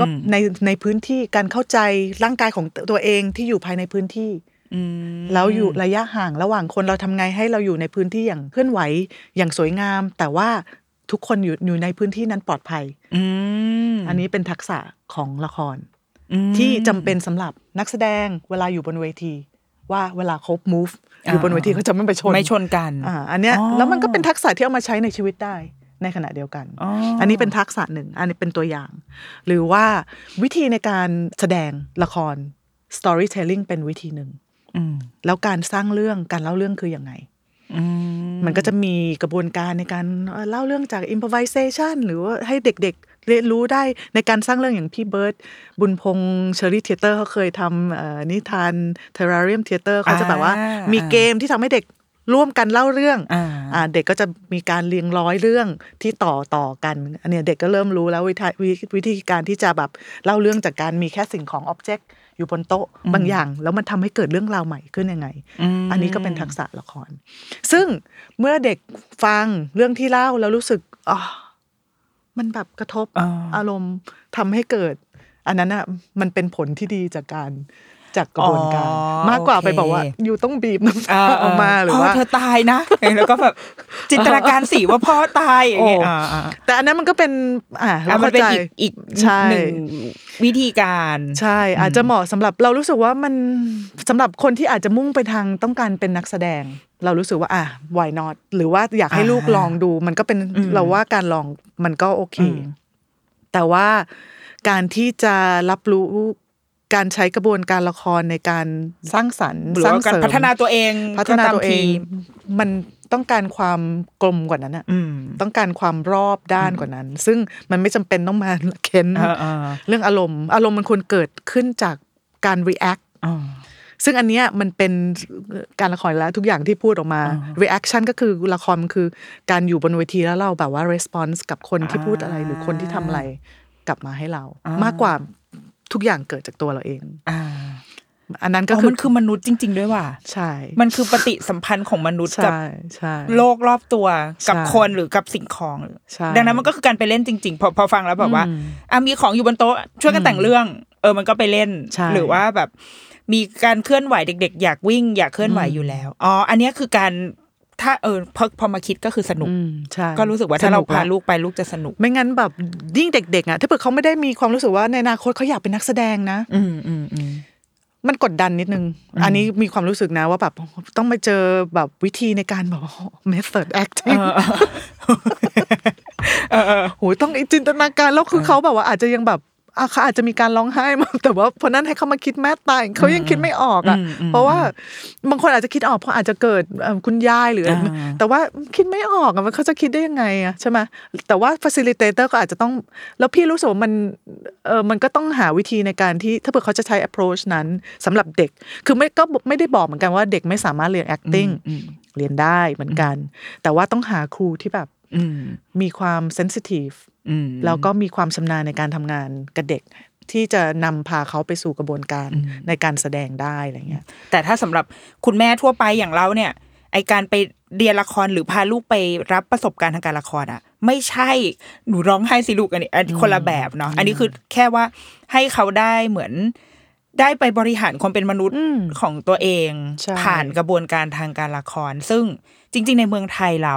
Speaker 3: ก็
Speaker 2: อืม
Speaker 3: ในในพื้นที่การเข้าใจร่างกายของตัวเองที่อยู่ภายในพื้นที่
Speaker 2: อืม
Speaker 3: แล้วอยู่ระยะห่างระหว่างคนเราทำไงให้เราอยู่ในพื้นที่อย่างเคลื่อนไหวอย่างสวยงาม แต่ว่าทุกคนอยู่อยู่ในพื้นที่นั้นปลอดภัย
Speaker 2: อืม
Speaker 3: อันนี้เป็นทักษะของละคร
Speaker 2: อืม
Speaker 3: ที่จำเป็นสำหรับนักแสดงเวลาอยู่บนเวที ว่าเวลาเขา move อยู่บนเวที
Speaker 2: อ่า
Speaker 3: เขาจะไม่ไปชน
Speaker 2: ไม่ชนกัน
Speaker 3: อ่าอันเนี้ย
Speaker 2: อ๋อ
Speaker 3: แล้วมันก็เป็นทักษะที่เอามาใช้ในชีวิตได้ในขณะเดียวกัน อันนี้เป็นทักษะหนึ่ง อันนี้เป็นตัวอย่าง หรือว่าวิธีในการแสดงละคร storytelling เป็นวิธีหนึ่ง
Speaker 2: อืม
Speaker 3: แล้วการสร้างเรื่องการเล่าเรื่องคือยังไง
Speaker 2: อืม
Speaker 3: มันก็จะมีกระบวนการในการเอ่อเล่าเรื่องจาก improvisation หรือว่าให้เด็กๆ เรียนรู้ได้ในการสร้างเรื่องอย่างพี่เบิร์ตบุญพงษ์เชอรี่เทเตอร์เขาเคยทำเอ่อนิทาน Terrarium Theater เขาจะแบบว่า
Speaker 2: อ่ามี
Speaker 3: มีเกมที่ทำให้เด็กร่วมกันเล่าเรื่อง
Speaker 2: อ่า
Speaker 3: อ่าเด็กก็จะมีการเรียงร้อยเรื่องที่ต่อต่อกันอันเนี้ยเด็กก็เริ่มรู้แล้ววิธีวิวิธีการที่จะแบบเล่าเรื่องจากการมีแค่สิ่งของ object อยู่บนโต๊ะบางอย่าง แล้วมันทำให้เกิดเรื่องราวใหม่ขึ้นยังไง อันนี้ก็เป็นทักษะละคร ซึ่งเมื่อเด็กฟังเรื่องที่เล่าแล้วรู้สึกอ๋อมันแบบกระทบ
Speaker 2: อ่า
Speaker 3: อารมณ์ทำให้เกิด อันนั้นอ่ะมันเป็นผลที่ดีจากการจากกระบวนการ
Speaker 2: อ๋อ
Speaker 3: มากกว่า
Speaker 2: โอเค
Speaker 3: ไปบอกว่า อยู่ต้องบีบน้ำตาออกมาหรือ
Speaker 2: พ่
Speaker 3: ว่า
Speaker 2: เธอตายนะ แล้วก็แบบจินตนาการสิว่าพ่อตายอย่างเงี้ย
Speaker 3: โอ้
Speaker 2: อ่าอ่า
Speaker 3: แต่อันนั้นมันก็เป็น อ่า
Speaker 2: อ่ะ
Speaker 3: เรา
Speaker 2: มัน
Speaker 3: เข้า
Speaker 2: เป็น
Speaker 3: ใจ
Speaker 2: อีกอีก
Speaker 3: ใช่
Speaker 2: หนึ่งวิธีการ
Speaker 3: ใช่ อาจจะเหมาะสำหรับเรารู้สึกว่ามันสำหรับคนที่อาจจะมุ่งไปทางต้องการเป็นนักแสดง เรารู้สึกว่าอ่ะ why not หรือว่าอยากให้
Speaker 2: อ่า
Speaker 3: ลูกลองดู มันก็เป็นเราว่าการลองมันก็โอเค แต่ว่าการที่จะรับรู้การใช้กระบวนการละครในการสร้างสรรค์
Speaker 2: หรือ
Speaker 3: สร้า
Speaker 2: ว่าง
Speaker 3: เสริม
Speaker 2: การพัฒนาตัวเอง
Speaker 3: พัฒนาตัวเอ
Speaker 2: ก็ตามที
Speaker 3: ง มันต้องการความกลมกว่านั้นอะ
Speaker 2: อืม
Speaker 3: ต้องการความรอบด้านกว่านั้น ซึ่งมันไม่จำเป็นต้องมาเค้น
Speaker 2: อ่าอ่า
Speaker 3: เรื่องอารมณ์อารมณ์มันควรเกิดขึ้นจากการ react
Speaker 2: อ่า
Speaker 3: ซึ่งอันเนี้ยมันเป็นการละครแล้วทุกอย่างที่พูดออกมา reaction ก็คือละครมันคือการอยู่บนเวทีแล้วเราแบบว่า response กับคนที่พูดอะไรหรือคนที่ทำอะไรกลับมาให้เรา มากกว่าทุกอย่างเกิดจากตัวเราเอง
Speaker 2: อ่า
Speaker 3: อันนั้น
Speaker 2: ก็
Speaker 3: ก็
Speaker 2: คื
Speaker 3: คือ อ
Speaker 2: มันคือมนุษย์จริง ๆ ด้วยว่ะ
Speaker 3: ใช่
Speaker 2: มันคือปฏิสัมพันธ์ของมนุษย์กับ
Speaker 3: ใช่ใช่
Speaker 2: โลกรอบตัวกับ
Speaker 3: ใช่
Speaker 2: คนหรือกับสิ่งของหรือ
Speaker 3: ใช่
Speaker 2: ดังนั้นมันก็คือการไปเล่นจริง ๆ พอพอฟังแล้วแบบว่า
Speaker 3: อืม
Speaker 2: อ่ะมีของอยู่บนโต๊ะช่วยกันแต่งเรื่อง เออมันก็ไปเล่น
Speaker 3: ใช่
Speaker 2: หรือว่าแบบ มีการเคลื่อนไหวเด็ก ๆ อยากวิ่งอยากเคลื่อนไหวอยู่แล้วอ๋ออันเนี้ยคือการถ้าเออพอพอมาคิดก็คือสนุก
Speaker 3: อืมใช่
Speaker 2: ก็รู้สึกว่าถ้าเรา
Speaker 3: นุ
Speaker 2: พา
Speaker 3: ละ
Speaker 2: ลูกไปลูกจะสนุก
Speaker 3: ไม่งั้นแบบยิ่งเด็กๆอ่ะถ้าเกิดเขาไม่ได้มีความรู้สึกว่าในอนาคตเขาอยากเป็นนักแสดงนะ
Speaker 2: อืมอืมอืม
Speaker 3: มันกดดันนิดนึง อันนี้มีความรู้สึกนะว่าแบบต้องไปเจอแบบวิธีในการแบบ method acting โหต้องจินตนาการแล้วคือเขาแบบว่าอาจจะยังแบบอ่ะเขาอาจจะมีการร้องไห้มา แต่ว่าพอนั้นให้เขามาคิดแม่ตายเขายังคิดไม่ออกอ่ะ
Speaker 2: อืมอืม
Speaker 3: เพราะว่าบางคนอาจจะคิดออกเพราะอาจจะเกิดเอ่อคุณยายหรืออะไร
Speaker 2: อ่า
Speaker 3: แต่ว่าคิดไม่ออกอ่ะมันเขาจะคิดได้ยังไงอ่ะใช่ไหมแต่ว่า facilitator ก็อาจจะต้องแล้วพี่รู้สึกว่ามันเออมันก็ต้องหาวิธีในการที่ถ้าเผื่อเขาจะใช้ approach นั้นสำหรับเด็ก คือไม่ก็ไม่ได้บอกเหมือนกันว่าเด็กไม่สามารถเรียน acting เรียนได้เหมือนกัน แต่ว่าต้องหาครูที่แบบ
Speaker 2: อืม
Speaker 3: มีความ sensitive
Speaker 2: อืม
Speaker 3: แล้วก็มีความชำนาญในการทำงานกับเด็ก ที่จะนำพาเขาไปสู่กระบวนการในการแสดงได้อะไรเงี้ย
Speaker 2: แต่ถ้าสำหรับคุณแม่ทั่วไปอย่างเราเนี่ย ไอการไปเรียนละครหรือพาลูกไปรับประสบการณ์ทางการละครอะไม่ใช่หนูร้องไห้สิลูกอันนี้อันนี้คนละแบบเนาะอันนี้คือแค่ว่าให้เขาได้เหมือนได้ไปบริหารความเป็นมนุษย์ของตัวเอง
Speaker 3: ใช่
Speaker 2: ผ่านกระบวนการทางการละคร ซึ่งจริง ๆ ในเมืองไทยเรา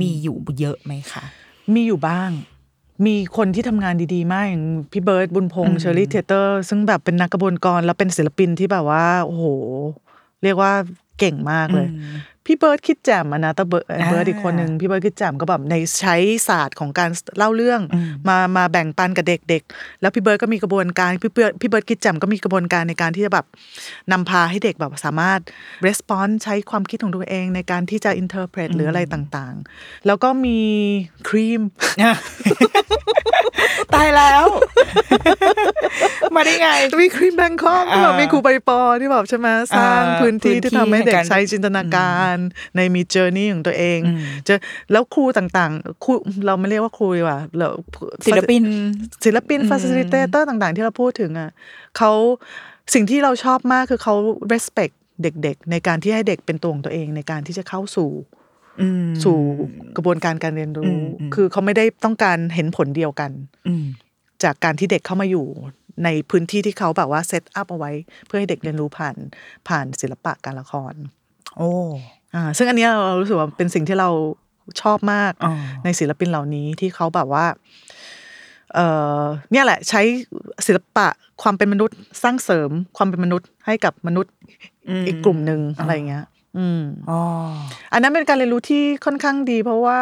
Speaker 2: มีอยู่เยอะไหมคะ
Speaker 3: มีอยู่บ้าง มีคนที่ทำงานดีๆ มากอย่างพี่เบิร์ดบุญพงษ์เชอรี่เทเตอร์ ซึ่งแบบเป็นนักกระบวนกรแล้วเป็นศิลปินที่แบบว่า โอ้โห เรียกว่าเก่งมากเลย พี่เบิร์ดคิดแจ่มอะนะแต่เบิร์ดเบิร์ดอีกคนหนึ่งพี่เบิร์ดคิดแจ่มก็แบบในใช้ศาสตร์ของการเล่าเรื่องมามาแบ่งปันกับเด็กๆ แล้วพี่เบิร์ดก็มีกระบวนการพี่เบิร์ดพี่เบิร์ดคิดแจ่มก็มีกระบวนการในการที่จะแบบนำพาให้เด็กแบบสามารถ response ใช้ความคิดของตัวเองในการที่จะ interpret หรืออะไรต่างๆ แล้วก็มีครี ม
Speaker 2: ตายแล้ว มาได้ไง
Speaker 3: มีครีมแบงคอก
Speaker 2: อ่า
Speaker 3: แบบมีครูใบปอที่แบบใช่ไหมสร้าง
Speaker 2: อ่า
Speaker 3: พื้นที่
Speaker 2: พื้นที่
Speaker 3: ที่ทำให้เด็
Speaker 2: ใน
Speaker 3: ก
Speaker 2: การ
Speaker 3: ใช้จินตนาการในมีเจอร์นี่ของตัวเองเจะแล้วครูต่างๆครูเราไม่เรียกว่าครูดีกว่าเรา
Speaker 2: ศิลปิน
Speaker 3: ศิลปินฟาซิลิเตเตอร์ต่างๆ ที่เราพูดถึงอ่ะเขาสิ่งที่เราชอบมากคือเขา respect เด็กๆ ในการที่ให้เด็กเป็นตัวของตัวเองในการที่จะเข้าสู่
Speaker 2: อืม
Speaker 3: สู่กระบวนการการเรียนรู้
Speaker 2: อืม
Speaker 3: คือเขาไม่ได้ต้องการเห็นผลเดียวกัน
Speaker 2: อืม
Speaker 3: จากการที่เด็กเข้ามาอยู่ในพื้นที่ที่เขาแบบว่าเซตอัพเอาไว้ เพื่อให้เด็กเรียนรู้ผ่านผ่านศิลปะการละคร
Speaker 2: โอ้
Speaker 3: อ่าซึ่งอันเนี้ยเรารู้สึกว่าเป็นสิ่งที่เราชอบมาก
Speaker 2: อ๋อ
Speaker 3: ในศิลปินเหล่านี้ที่เขาแบบว่าเอ่อเนี่ยแหละใช้ศิลปะความเป็นมนุษย์สร้างเสริมความเป็นมนุษย์ให้กับมนุษย์อีกกลุ่มหนึ่งอะไรอย่างเงี้ย อืม
Speaker 2: อ๋อ
Speaker 3: อันนั้นเป็นการเรียนรู้ที่ค่อนข้างดี เพราะว่า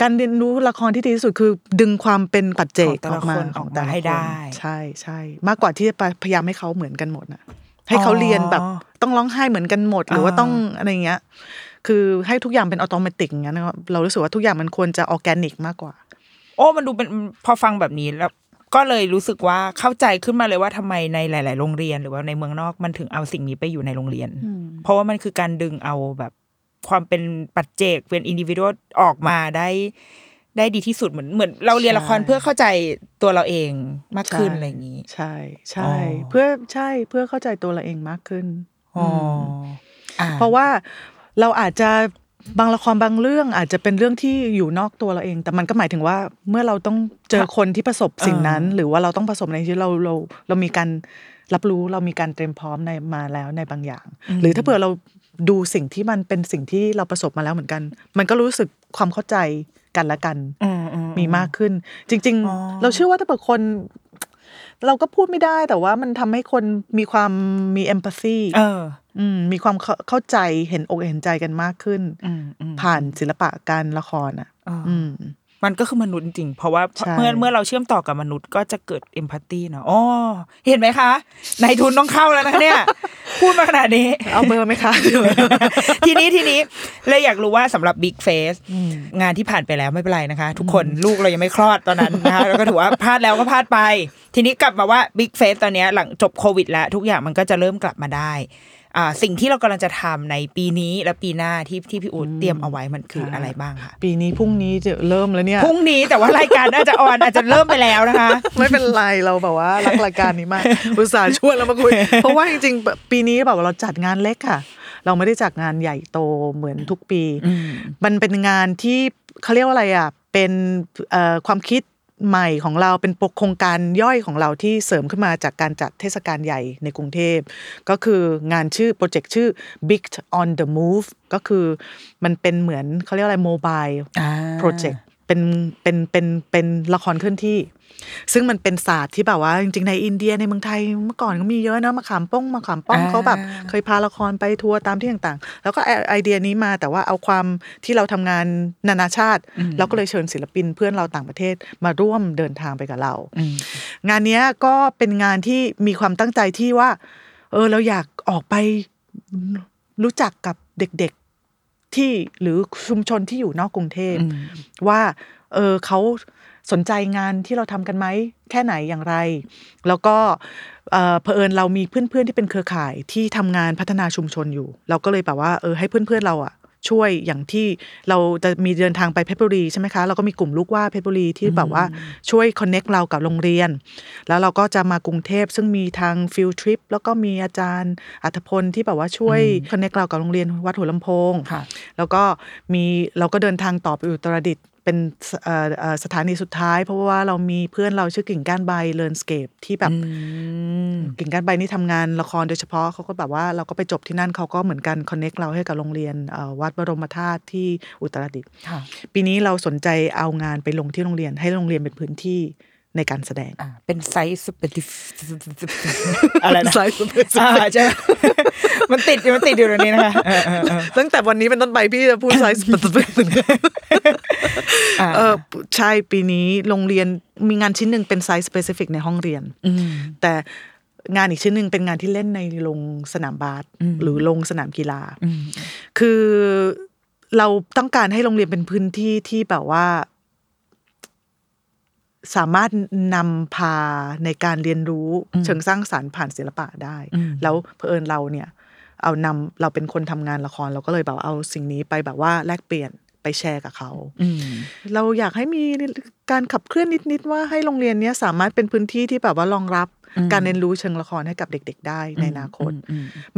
Speaker 3: การเรียนรู้ละครที่ดีที่สุดคือ ดึงความเป็นปัจเจก
Speaker 2: ของแต่
Speaker 3: อ
Speaker 2: ละ
Speaker 3: อกมา
Speaker 2: คนออกมาให้ได้
Speaker 3: ใช่ใช่มากกว่าที่จะไปพยายามให้เขาเหมือนกันหมดนะให้เขา
Speaker 2: อ๋อ
Speaker 3: เรียนแบบต้องร้องไห้เหมือนกันหมด หรือว่า
Speaker 2: อ่า
Speaker 3: ต้องอะไรอย่างเงี้ย คือให้ทุกอย่างเป็นอัตโนมัติอย่างเงี้ยนะครับเรารู้สึกว่าทุกอย่างมันควรจะออร์แกนิกมากกว่า
Speaker 2: โอ้ มันดูเป็นพอฟังแบบนี้แล้วก็เลยรู้สึกว่าเข้าใจขึ้นมาเลยว่าทำไมในหลาย ๆ โรงเรียนหรือว่าในเมืองนอกมันถึงเอาสิ่งนี้ไปอยู่ในโรงเรียน เพราะว่ามันคือการดึงเอาแบบความเป็นปัจเจกเป็นอินดิวิโดออกมาได้ ได้ดีที่สุดเหมือนเหมือนเราเรียนละคร
Speaker 3: ใช่
Speaker 2: เพื่อเข้าใจตัวเราเองมากขึ้นอะไรอย่างนี้
Speaker 3: ใช่ใช่
Speaker 2: อ๋อ
Speaker 3: เพื่อใช่เพื่อเข้าใจตัวเราเองมากขึ้น
Speaker 2: อ๋ออ่
Speaker 3: เพราะว่าเราอาจจะบางละครบางเรื่องอาจจะเป็นเรื่องที่อยู่นอกตัวเราเอง แต่มันก็หมายถึงว่าเมื่อเราต้องเจอคนที่ประสบสิ่งนั้น หรือว่าเราต้องประสบในชีวิตเราเราเรามีการรับรู้เรามีการเตรียมพร้อมในมาแล้วในบางอย่าง หรือถ้าเผื่อเราดูสิ่งที่มันเป็นสิ่งที่เราประสบมาแล้วเหมือนกัน มันก็รู้สึกความเข้าใจกันและกัน
Speaker 2: อืมอืม
Speaker 3: มีมากขึ้น จริง
Speaker 2: อ๋อ
Speaker 3: ๆ เราเชื่อว่าถ้าเกิดคน เราก็พูดไม่ได้แต่ว่ามันทำให้คนมีความมีเอมพัซซี
Speaker 2: เออ
Speaker 3: อืมมีความเข้าเข้าใจเห็นอกเห็นใจกันมากขึ้น
Speaker 2: อืมอืม
Speaker 3: ผ่านศิลปะการละครอ่ะ
Speaker 2: อ่า
Speaker 3: อืม
Speaker 2: มันก็คือมนุษย์จริงๆเพราะว่า
Speaker 3: ใช่
Speaker 2: เมื่อเมื่อเราเชื่อมต่อกับมนุษย์ก็จะเกิดเอมพัตตีเนาะอ๋อเห็นไหมคะนายทุนต้องเข้าแล้วนะคะเนี่ย พูดมาขนาดนี้
Speaker 3: เอาเบอร์ไหมคะ
Speaker 2: ทีนี้ทีนี้เลยอยากรู้ว่าสำหรับ Big Face งานที่ผ่านไปแล้วไม่เป็นไรนะคะ ทุกคนลูกเรายังไม่คลอดตอนนั้นนะคะ แล้วก็ถือว่าพลาดแล้วก็พลาดไป ทีนี้กลับมาว่า Big Face ตอนเนี้ยหลังจบโควิดแล้ว ทุกอย่างมันก็จะเริ่มกลับมาได้ อ่าสิ่งที่เรากำลังจะทำในปีนี้และปีหน้าที่ที่พี่อูดเตรียมเอาไว้มันคือ
Speaker 3: ค่ะ
Speaker 2: อะไรบ้างคะ
Speaker 3: ปีนี้พรุ่งนี้จะเริ่มแล้วเนี่ย
Speaker 2: พรุ่งนี้แต่ว่ารายการน่าจะออนอาจจะเริ่มไปแล้วนะคะ
Speaker 3: ไม่เป็นไรเราแบบว่ารักรายการนี้มาก อุตส่าห์ชวนเรามาคุย เพราะว่าจริงๆแบบปีนี้แบบว่าเราจัดงานเล็กค่ะ เราไม่ได้จัดงานใหญ่โตเหมือนทุกปี มันเป็นงานที่เขาเรียกว่าอะไรอ่ะ เป็นเอ่อความคิดใหม่ของเราเป็นปกโครงการย่อยของเราที่เสริมขึ้นมาจากการจัดเทศกาลใหญ่ในกรุงเทพ ก็คืองานชื่อโปรเจกต์ชื่อ Big on the Move ก็คือมันเป็นเหมือนเขาเรียกว่าอะไรโมบาย โปรเจกต์เป็นเป็นเป็นเป็นละครเคลื่อนที่ ซึ่งมันเป็นศาสตร์ที่แบบว่าจริงๆในอินเดียในเมืองไทยเมื่อก่อนก็มีเยอะนะมาขามป้องมาขามป้อง
Speaker 2: อ่า
Speaker 3: เขาแบบเคยพาละครไปทัวร์ตามที่ต่างๆ แล้วก็ไอไอเดียนี้มาแต่ว่าเอาความที่เราทำงานนานาชาติ เราก็เลยเชิญศิลปินเพื่อนเราต่างประเทศมาร่วมเดินทางไปกับเรา งานเนี้ยก็เป็นงานที่มีความตั้งใจที่ว่า เออเราอยากออกไปรู้จักกับเด็กๆที่หรือชุมชนที่อยู่นอกกรุงเทพ ว่าเออเขาสนใจงานที่เราทำกันไหม แค่ไหนอย่างไร แล้วก็เอ่อเผอิญเรามีเพื่อนๆที่เป็นเครือข่ายที่ทำงานพัฒนาชุมชนอยู่ เราก็เลยแบบว่าเออให้เพื่อนๆเราอะช่วยอย่างที่เราจะมีเดินทางไปเพชรบุรีใช่ไหมคะเราก็มีกลุ่มลูกว่าเพชรบุรีที่แบบว่าช่วยคอนเน็กเรากับโรงเรียน แล้วเราก็จะมากรุงเทพซึ่งมีทางฟิลทริปแล้วก็มีอาจารย์อัธพลที่แบบว่าช่วยคอนเน็กเรากับโรงเรียนวัดหัวลำโพง
Speaker 2: ค่ะ
Speaker 3: แล้วก็มีเราก็เดินทางต่อไปอุตรดิตถ์เป็นสเอ่อเอ่อสถานีสุดท้าย เพราะว่าเรามีเพื่อนเราชื่อกิ่งก้านใบเลินสเกปที่แบบกิ่งก้านใบนี่ทำงานละครโดยเฉพาะเขาก็แบบว่าเราก็ไปจบที่นั่นเขาก็เหมือนกันคอนเน็กเราให้กับโรงเรียนเอ่อวัดบรมธาตุที่อุตรดิตถ์
Speaker 2: ค่ะ
Speaker 3: ปีนี้เราสนใจเอางานไปลงที่โรงเรียนให้โรงเรียนเป็นพื้นที่ในการแสดง
Speaker 2: อ่าเป็นไซส์สเปซิฟอะไรนะ
Speaker 3: Size specific
Speaker 2: อ่าใช่ มันติดมันติดอยู่ตรงนี้นะคะเออเออเออ
Speaker 3: ตั้งแต่วันนี้เป็นต้นไปพี่จะพูดไซ ส์
Speaker 2: อ่า
Speaker 3: เออใช่ปีนี้โรงเรียนมีงานชิ้นหนึ่งเป็นไซส์ specific ในห้องเรียน แต่งานอีกชิ้นหนึ่งเป็นงานที่เล่นในโรงสนามบาสหรือโรงสนามกีฬา คือเราต้องการให้โรงเรียนเป็นพื้นที่ที่แบบว่า สามารถนำพาในการเรียนรู้เชิงสร้างสารรค์ผ่านศิลปะได้ แล้วเผอิญเราเนี่ย เอานำเราเป็นคนทำงานละครเราก็เลยแบบว่าเอาสิ่งนี้ไปแบบว่าแลกเปลี่ยนไปแชร์กับเขา เราอยากให้มีการขับเคลื่อนนิด ๆ ว่าให้โรงเรียนเนี้ยสามารถเป็นพื้นที่ที่แบบว่ารองรับการเรียนรู้เชิงละครให้กับเด็ก ๆ ได้ในอนาคต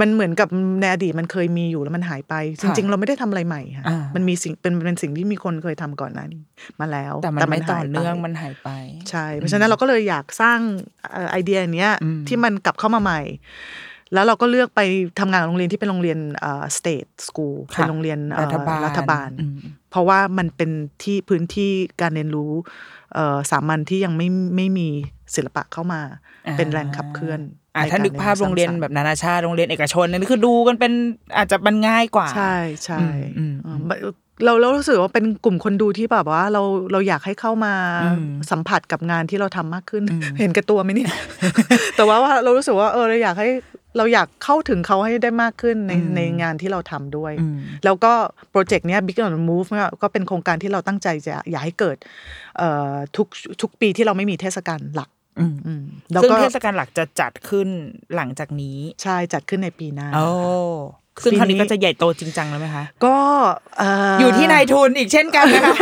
Speaker 3: มันเหมือนกับในอดีตมันเคยมีอยู่แล้วมันหายไป จ
Speaker 2: ค่ะ
Speaker 3: ริง ๆ เราไม่ได้ทำอะไรใหม่ค่ะ
Speaker 2: อ่ามั
Speaker 3: มันมีสิ่งเป็นเป็นสิ่งที่มีคนเคยทำก่อนหน้านี้มาแล้ว
Speaker 2: แต่มันไม่ต่อ
Speaker 3: หายไป
Speaker 2: เนื่องมันหายไป
Speaker 3: ใช่ เพราะฉะนั้นเราก็เลยอยากสร้างเอ่อไอเดียเนี้ยที่มันกลับเข้ามาใหม่ แล้วเราก็เลือกไปทำงานกับโรงเรียนที่เป็นโรงเรียนเอ่อ state school
Speaker 2: ค่ะ
Speaker 3: เป็นโรงเรียนเอ่อ
Speaker 2: รัฐบาล
Speaker 3: รัฐบาล
Speaker 2: อืม
Speaker 3: เพราะว่ามันเป็นที่พื้นที่การเรียนรู้เอ่อสามัญที่ยังไม่ไม่มีศิลปะเข้ามา เป็นแรงขับเคลื่อน
Speaker 2: อ่า
Speaker 3: ใ
Speaker 2: ถ้านึกภาพโรงเรียนแบบนานาชาติโรงเรียนเอกชนนี่คือดูกันเป็นอาจจะมันง่ายกว่า
Speaker 3: ใช่ใช่
Speaker 2: อืมอืม
Speaker 3: เอ่อเราเรารู้สึกว่าเป็นกลุ่มคนดูที่แบบว่าเราเราอยากให้เข้ามา
Speaker 2: อืม
Speaker 3: สัมผัสกับงานที่เราทำมากขึ้น เห็นแก่ตัวไหมเนี่ย แต่ว่าว่าเรารู้สึกว่าเออเราอยากให้เราอยากเข้าถึงเขาให้ได้มากขึ้นในในงานที่เราทำด้วย แล้วก็โปรเจกต์เนี้ย Big on the Move เนี่ยก็เป็นโครงการที่เราตั้งใจจะอยากให้เกิดเอ่อทุกทุกปีที่เราไม่มีเทศกาลหลัก
Speaker 2: อืม
Speaker 3: อืมแล้ว
Speaker 2: ซึ่ง
Speaker 3: ก็
Speaker 2: เทศกาลหลักจะจัดขึ้นหลังจากนี้
Speaker 3: ใช่จัดขึ้นในปีหน้า
Speaker 2: โอ้ซึ่ง
Speaker 3: ปีนี้
Speaker 2: คราวนี้ก็จะใหญ่โตจริงจังแล้วไหมคะ
Speaker 3: ก็เ
Speaker 2: อยู่ที่นายทุนอีกเช่นกันนะคะ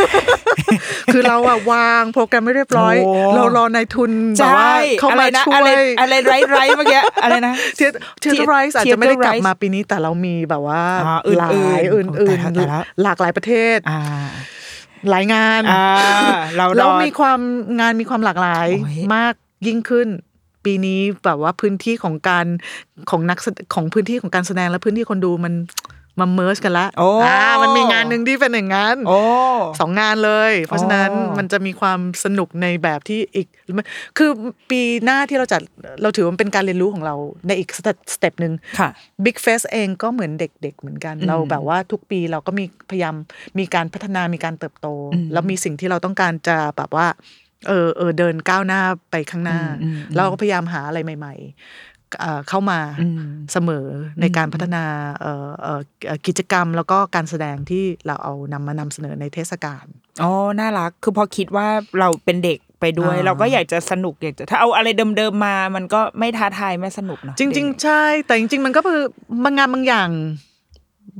Speaker 3: คือเราอะวางโปรแกรมไม่เรียบร้อย
Speaker 2: โอ้
Speaker 3: เรารอนายทุนแบ
Speaker 2: ใช
Speaker 3: บว่า
Speaker 2: ่
Speaker 3: เข้า
Speaker 2: อะไร
Speaker 3: มา
Speaker 2: นะ
Speaker 3: ช่ว
Speaker 2: อะไร
Speaker 3: ย
Speaker 2: อะไรไรไรเมื่อกี้อะไรนะ
Speaker 3: เทียเทีย
Speaker 2: Theater
Speaker 3: ไรส์อาจจะไม่ได้กลับ
Speaker 2: Rice
Speaker 3: มาปีนี้แต่เรามีแบบว่า
Speaker 2: อ่าอื่นๆ
Speaker 3: หลาย
Speaker 2: โอ้
Speaker 3: อื่น
Speaker 2: ตายละตายละ
Speaker 3: ๆ หลากหลายประเทศ
Speaker 2: อ่า
Speaker 3: หลายงาน
Speaker 2: อ่าเรารอ
Speaker 3: แล้วมีความงานมีความหลากหลาย
Speaker 2: โอ้ย
Speaker 3: มากยิ่งขึ้น ปีนี้แบบว่าพื้นที่ของการของนักแสของพื้นที่ของการแสดงและพื้นที่คนดูมันมันเมิร์ชกันละ
Speaker 2: โอ้
Speaker 3: อ่ามันมีงานหนึ่งที่เป็นอย่างนั้น
Speaker 2: โอ้
Speaker 3: สองงานเลย เพราะฉะนั้น
Speaker 2: อ๋อ
Speaker 3: มันจะมีความสนุกในแบบที่อีก คือปีหน้าที่เราจัดเราถือว่ามันเป็นการเรียนรู้ของเราในอีกสเต็ปสเต็ปหนึ่ง
Speaker 2: ค่ะ
Speaker 3: Big f e s เองก็เหมือนเด็กๆเหมือนกัน เราแบบว่าทุกปีเราก็มีพยายามมีการพัฒนามีการเติบโต แล้วมีสิ่งที่เราต้องการจะแบบว่า เออเออเดินก้าวหน้าไปข้างหน้า เราก็พยายามหาอะไรใหม่ๆเอ่อเข้ามาเสมอในการพัฒนาเอ่อเอ่อเอ่อกิจกรรมแล้วก็การแสดงที่เราเอานำมานำเสนอในเทศกาล
Speaker 2: อ๋อ น่ารัก คือพอคิดว่าเราเป็นเด็ก ไปด้วย
Speaker 3: อ่า
Speaker 2: เราก็อยากจะสนุกอยากจะถ้าเอาอะไรเดิมๆมา มันก็ไม่ท้าทายไม่สนุกเนาะ
Speaker 3: จริง ๆ ใช่ แต่จริง ๆ มันก็คือบางงานบางอย่าง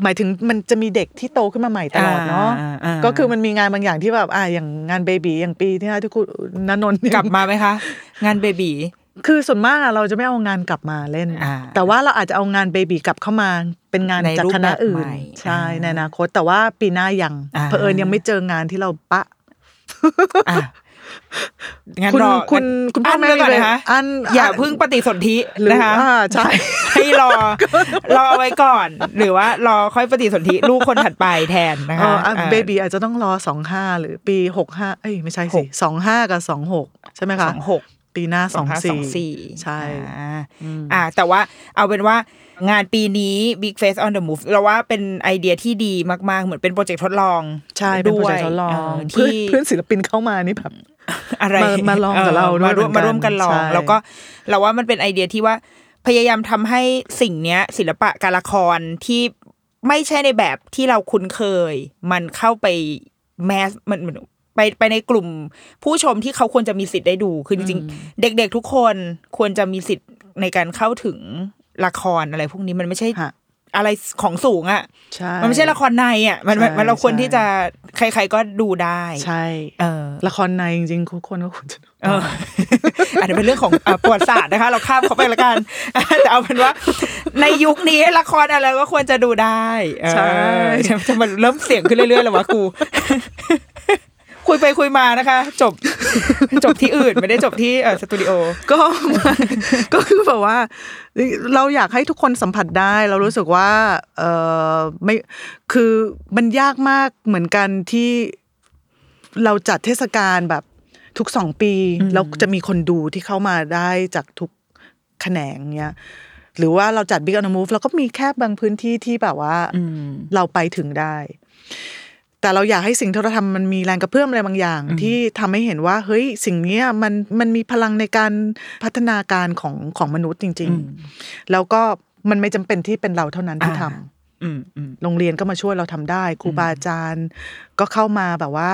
Speaker 3: หมายถึงมันจะมีเด็กที่โตขึ้นมาใหม่ตลอดเนาะ
Speaker 2: า
Speaker 3: ก็คือมันมีงานบางอย่างที่แบบอ่าอย่างงานเบบีอย่างปีที่ห้าที่คุณนันนท์เนี่ย
Speaker 2: กลับมาไหม คะ งานเบบี
Speaker 3: คือส่วนมากอะเราจะไม่เอางานกลับมาเล่น
Speaker 2: อ่า
Speaker 3: แต่ว่าเราอาจจะเอางานเบบีกลับเข้ามาเป็นงาน
Speaker 2: ใน
Speaker 3: จาก
Speaker 2: รูป
Speaker 3: คณะอื่
Speaker 2: แบบให
Speaker 3: น
Speaker 2: ม่
Speaker 3: ใช่
Speaker 2: อ่า
Speaker 3: ในอนาคตแต่ว่าปีหน้ายัง
Speaker 2: อ่า
Speaker 3: เผอิญยังไม่เจองานที่เราปะ
Speaker 2: อ่ะงั้น
Speaker 3: คุณ
Speaker 2: รอ
Speaker 3: คุณคุณพ่อแม่
Speaker 2: นไว้ก่อน
Speaker 3: มีเวลา
Speaker 2: นะคะ
Speaker 3: อั้น
Speaker 2: อย่า
Speaker 3: อั้น
Speaker 2: เพิ่งปฏิสนธิ
Speaker 3: หรือ
Speaker 2: นะคะ
Speaker 3: อ่าใช่
Speaker 2: ให้รอรอเอาไว้ก่อน หรือว่ารอค่อยปฏิสนธิลูกคนถัดไปแทนนะ
Speaker 3: เอ
Speaker 2: คะ
Speaker 3: ออ่ะ
Speaker 2: อ่า
Speaker 3: เบบีอาจจะต้องรอสองห้าหรือปีหกห้าเอ้ยไม่ใช่
Speaker 2: ห
Speaker 3: สิ
Speaker 2: ก
Speaker 3: สองห้ากับสองหกใช่ไหม
Speaker 2: ส
Speaker 3: คะ
Speaker 2: องหก
Speaker 3: ปีหน้าส
Speaker 2: ส
Speaker 3: อ
Speaker 2: องง
Speaker 3: สี่
Speaker 2: สี่
Speaker 3: ใช่
Speaker 2: อ่า
Speaker 3: อืม
Speaker 2: อ่า แต่ว่าเอาเป็นว่างานปีนี้ Big Face on the Move เราว่าเป็นไอเดียที่ดีมากๆ เหมือนเป็นโปรเจกต์ทดลอง
Speaker 3: ใช่เป็นโปรเจกต์ทดลอ
Speaker 2: เ
Speaker 3: งเพื่อน
Speaker 2: ที่
Speaker 3: เพื่อนศิลปินเข้ามานี่แบบ
Speaker 2: อะไร
Speaker 3: มามาลองกับเราด้วย
Speaker 2: มาร่วม
Speaker 3: เหมื
Speaker 2: มา
Speaker 3: อนกัน
Speaker 2: ร่วมกันลอง
Speaker 3: ใช่
Speaker 2: แล้วก็เราว่ามันเป็นไอเดียที่ว่าพยายามทำให้สิ่งเนี้ย ศิลปะการละครที่ไม่ใช่ในแบบที่เราคุ้นเคย มันเข้าไปแมสมันมันไปไปในกลุ่มผู้ชมที่เขาควรจะมีสิทธิ์ได้ดูคือจริงๆ เด็กๆทุกคนควรจะมีสิทธิ์ในการเข้าถึงละครอะไรพวกนี้มันไม่ใช่
Speaker 3: ฮะ
Speaker 2: อะไรของสูงอ่ะ
Speaker 3: ใช่
Speaker 2: มันไม่ใช่ละครในอ่ะมันมัน
Speaker 3: ใช่
Speaker 2: มันเราควร
Speaker 3: ใช่
Speaker 2: ที่จะใคร ๆก็ดูได้
Speaker 3: ใช่
Speaker 2: เออ
Speaker 3: ละครในจริงๆทุกคนก็ควรจะดู
Speaker 2: เออ อันนี้เป็นเรื่องของอ่ะประวัติศาสตร์นะคะ เราข้ามเขาไปละกัน แต่เอาเป็นว่า ในยุคนี้ละครอะไรก็ควรจะดูได้เออ
Speaker 3: ใช่
Speaker 2: จะจะมันเริ่มเสียงขึ้นเรื่อยๆแล้ววะกู คุยไปคุยมานะคะ จบจบที่อื่นไม่ได้จบที่เอ่อสตูดิโอ
Speaker 3: ก็ ก็คือแบบว่า เราอยากให้ทุกคนสัมผัสได้ เรารู้สึกว่าเออไม่คือมันยากมากเหมือนกันที่เราจัดเทศกาลแบบทุกสองปีแล้วจะมีคนดูที่เข้ามาได้จากทุกแขนงเนี้ยหรือว่าเราจัด Big on the Move แล้วก็มีแค่บางพื้นที่ที่แบบว่า เราไปถึงได้ แต่เราอยากให้สิ่งที่เราทำมันมีแรงกระเพื่อมอะไรบางอย่าง ที่ทำให้เห็นว่า เฮ้ยสิ่งเนี้ยมันมันมีพลังในการพัฒนาการของของมนุษย์จริง ๆ แล้วก็มันไม่จำเป็นที่เป็นเราเท่านั้นที่ทำ
Speaker 2: อ่า อืมอืม
Speaker 3: โรงเรียนก็มาช่วยเราทำได้ครูบาอาจารย์ ก็เข้ามาแบบว่า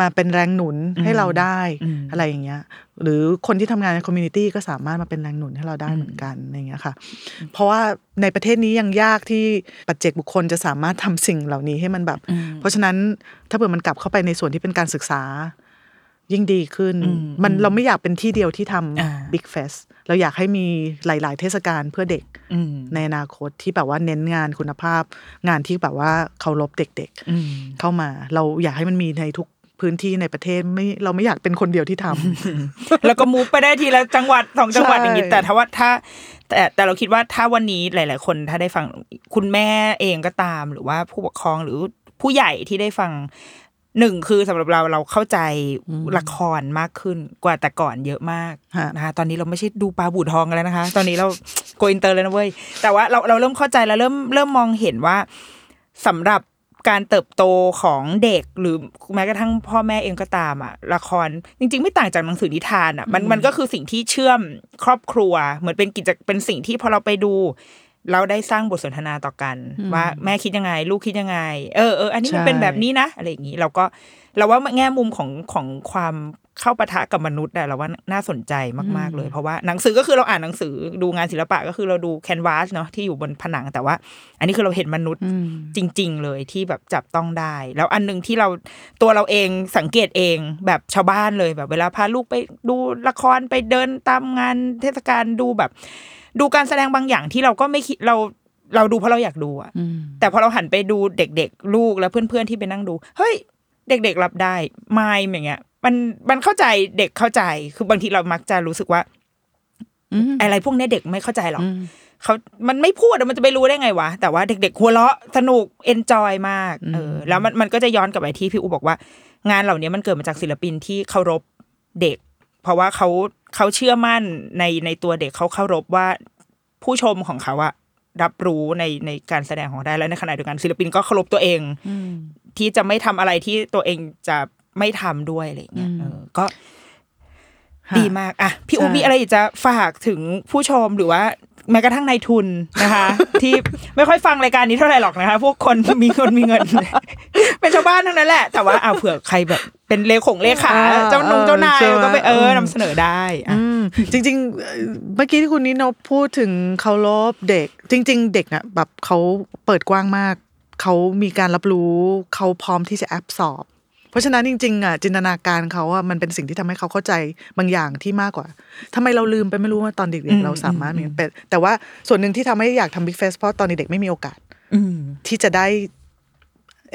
Speaker 3: มาเป็นแรงหนุนให้เราได้
Speaker 2: อืม
Speaker 3: อะไรอย่างเงี้ย หรือคนที่ทำงานในคอมมูนิตี้ก็สามารถมาเป็นแรงหนุนให้เราได้เหมือนกันอะไรอย่างเงี้ยค่ะ เพราะว่าในประเทศนี้ยังยากที่ปัจเจกบุคคลจะสามารถทำสิ่งเหล่านี้ให้มันแบบ เพราะฉะนั้นถ้าเผื่อมันกลับเข้าไปในส่วนที่เป็นการศึกษา ยิ่งดีขึ้น มันเราไม่อยากเป็นที่เดียวที่ท
Speaker 2: อ่า
Speaker 3: ำบิ๊กเฟสเราอยากให้มีหลาย ๆ เทศกาลเพื่อเด็ก
Speaker 2: อืม
Speaker 3: ในอนาคตที่แบบว่าเน้นงานคุณภาพ งานที่แบบว่าเคารพเด็ก
Speaker 2: อืม
Speaker 3: ๆ เข้ามา เราอยากให้มันมีในทุกพื้นที่ในประเทศไม่เราไม่อยากเป็นคนเดียวที่ทำ
Speaker 2: แล้วก็มูฟไปได้ทีละจังหวัดสองจังหวัด
Speaker 3: ใช่
Speaker 2: อย่างนี้แต่ถ้าว่าถ้า แต่แต่เราคิดว่าถ้าวันนี้หลาย ๆ คนถ้าได้ฟังคุณแม่เองก็ตาม หรือว่าผู้ปกครองหรือผู้ใหญ่ที่ได้ฟังหนึ่งคือสำหรับเราเราเข้าใจละครมากขึ้นกว่าแต่ก่อนเยอะมาก
Speaker 3: ฮะ
Speaker 2: นะคะตอนนี้เราไม่ใช่ดูปลาบูทองกันแล้วนะคะ ตอนนี้เรา โกอินเตอร์แล้วนะเว้ยแต่ว่าเราเราเริ่มเข้าใจแล้วเริ่มเริ่มมองเห็นว่า สำหรับการเติบโตของเด็กหรือแม้กระทั่งพ่อแม่เองก็ตามอ่ะละครจริง ๆ ไม่ต่างจากหนังสือนิทานอ่ะมันมันก็คือสิ่งที่เชื่อมครอบครัว เหมือนเป็นกิจเป็นสิ่งที่พอเราไปดู เราได้สร้างบทสนทนาต่อกัน ว่าแม่คิดยังไง ลูกคิดยังไง เออเอออันนี้มัน
Speaker 3: ใช่
Speaker 2: เป็นแบบนี้นะอะไรอย่างนี้เราก็เราว่าแง่มุมของของความเข้าปะทะกับมนุษย์อะเราว่าน่าสนใจมากๆเลย เพราะว่าหนังสือก็คือเราอ่านหนังสือดูงานศิลปะก็คือเราดูแคนวาสเนาะที่อยู่บนผนังแต่ว่า อันนี้คือเราเห็นมนุษย์ จริง ๆ เลยที่แบบจับต้องได้ แล้วอันหนึ่งที่เราตัวเราเองสังเกตเองแบบชาวบ้านเลยแบบ เวลาพาลูกไปดูละครไปเดินตามงานเทศกาลดูแบบ ดูการแสดงบางอย่างที่เราก็ไม่คิดเราเราดูเพราะเราอยากดูอะแต่พอเราหันไปดูเด็ก ๆ ลูกและเพื่อนๆที่ไปนั่งดู เฮ้ย เด็กๆรับได้ไม่อย่างเงี้ย มันมันเข้าใจเด็กเข้าใจคือบางทีเรามักจะรู้สึกว่า อะไรพวกเนี้ยเด็กไม่เข้าใจหรอกเขามันไม่พูดอะมันจะไปรู้ได้ไงวะ แต่ว่าเด็กๆหัวเราะสนุกเอนจอยมาก เออ แล้วมันมันก็จะย้อนกลับไปที่พี่อูบอกว่า งานเหล่านี้มันเกิดมาจากศิลปินที่เคารพเด็ก เพราะว่าเขาเขาเชื่อมั่นในในตัวเด็กเขาเคารพว่า ผู้ชมของเขาอะรับรู้ในในการแสดงของได้แล้วในขณะเดียวกันศิลปินก็เคารพตัวเองที่จะไม่ทำอะไรที่ตัวเองจะไม่ทำด้วยอะไรอย่างเงี้ยเออก็
Speaker 3: ฮะ
Speaker 2: ดีมากอ่ะพี่อู
Speaker 3: ใช่
Speaker 2: มีอะไรอยากจะฝากถึงผู้ชมหรือว่าแม้กระทั่งนายทุนนะคะ ที่ไม่ค่อยฟังรายการ นี้เท่าไหร่หรอกนะคะ พวกคนมีเงินมีเงิน เป็นชาวบ้านทั้งนั้นแหละ แต่ว่าเอาเผื่อใครแบบ เป็นเลขของเลขา
Speaker 3: อ่า
Speaker 2: เจ้านงเจ้านาย
Speaker 3: ใช่ไหม
Speaker 2: ก็ไปเออนำเสนอได้อ่ะ
Speaker 3: อืมจริงๆเอ่อเมื่อกี้ที่คุณนิโนพูดถึงเคารพเด็ก จริง ๆ เด็กน่ะแบบเขาเปิดกว้างมาก เขามีการรับรู้เขาพร้อมที่จะแอบสอบ เพราะฉะนั้นจริงๆอ่ะจินตนาการเขาอ่ะมันเป็นสิ่งที่ทำให้เขาเข้าใจบางอย่างที่มากกว่าทำไมเราลืมไปไม่รู้ว่าตอนเด็
Speaker 2: อื
Speaker 3: ก
Speaker 2: ม
Speaker 3: ๆเราสามารถมีเป็นแต่ว่าส่วนหนึ่งที่ทำให้อยากทำบิ๊กเฟสเพราะตอนเด็กๆไม่มีโอกาส
Speaker 2: อืม
Speaker 3: ที่จะได้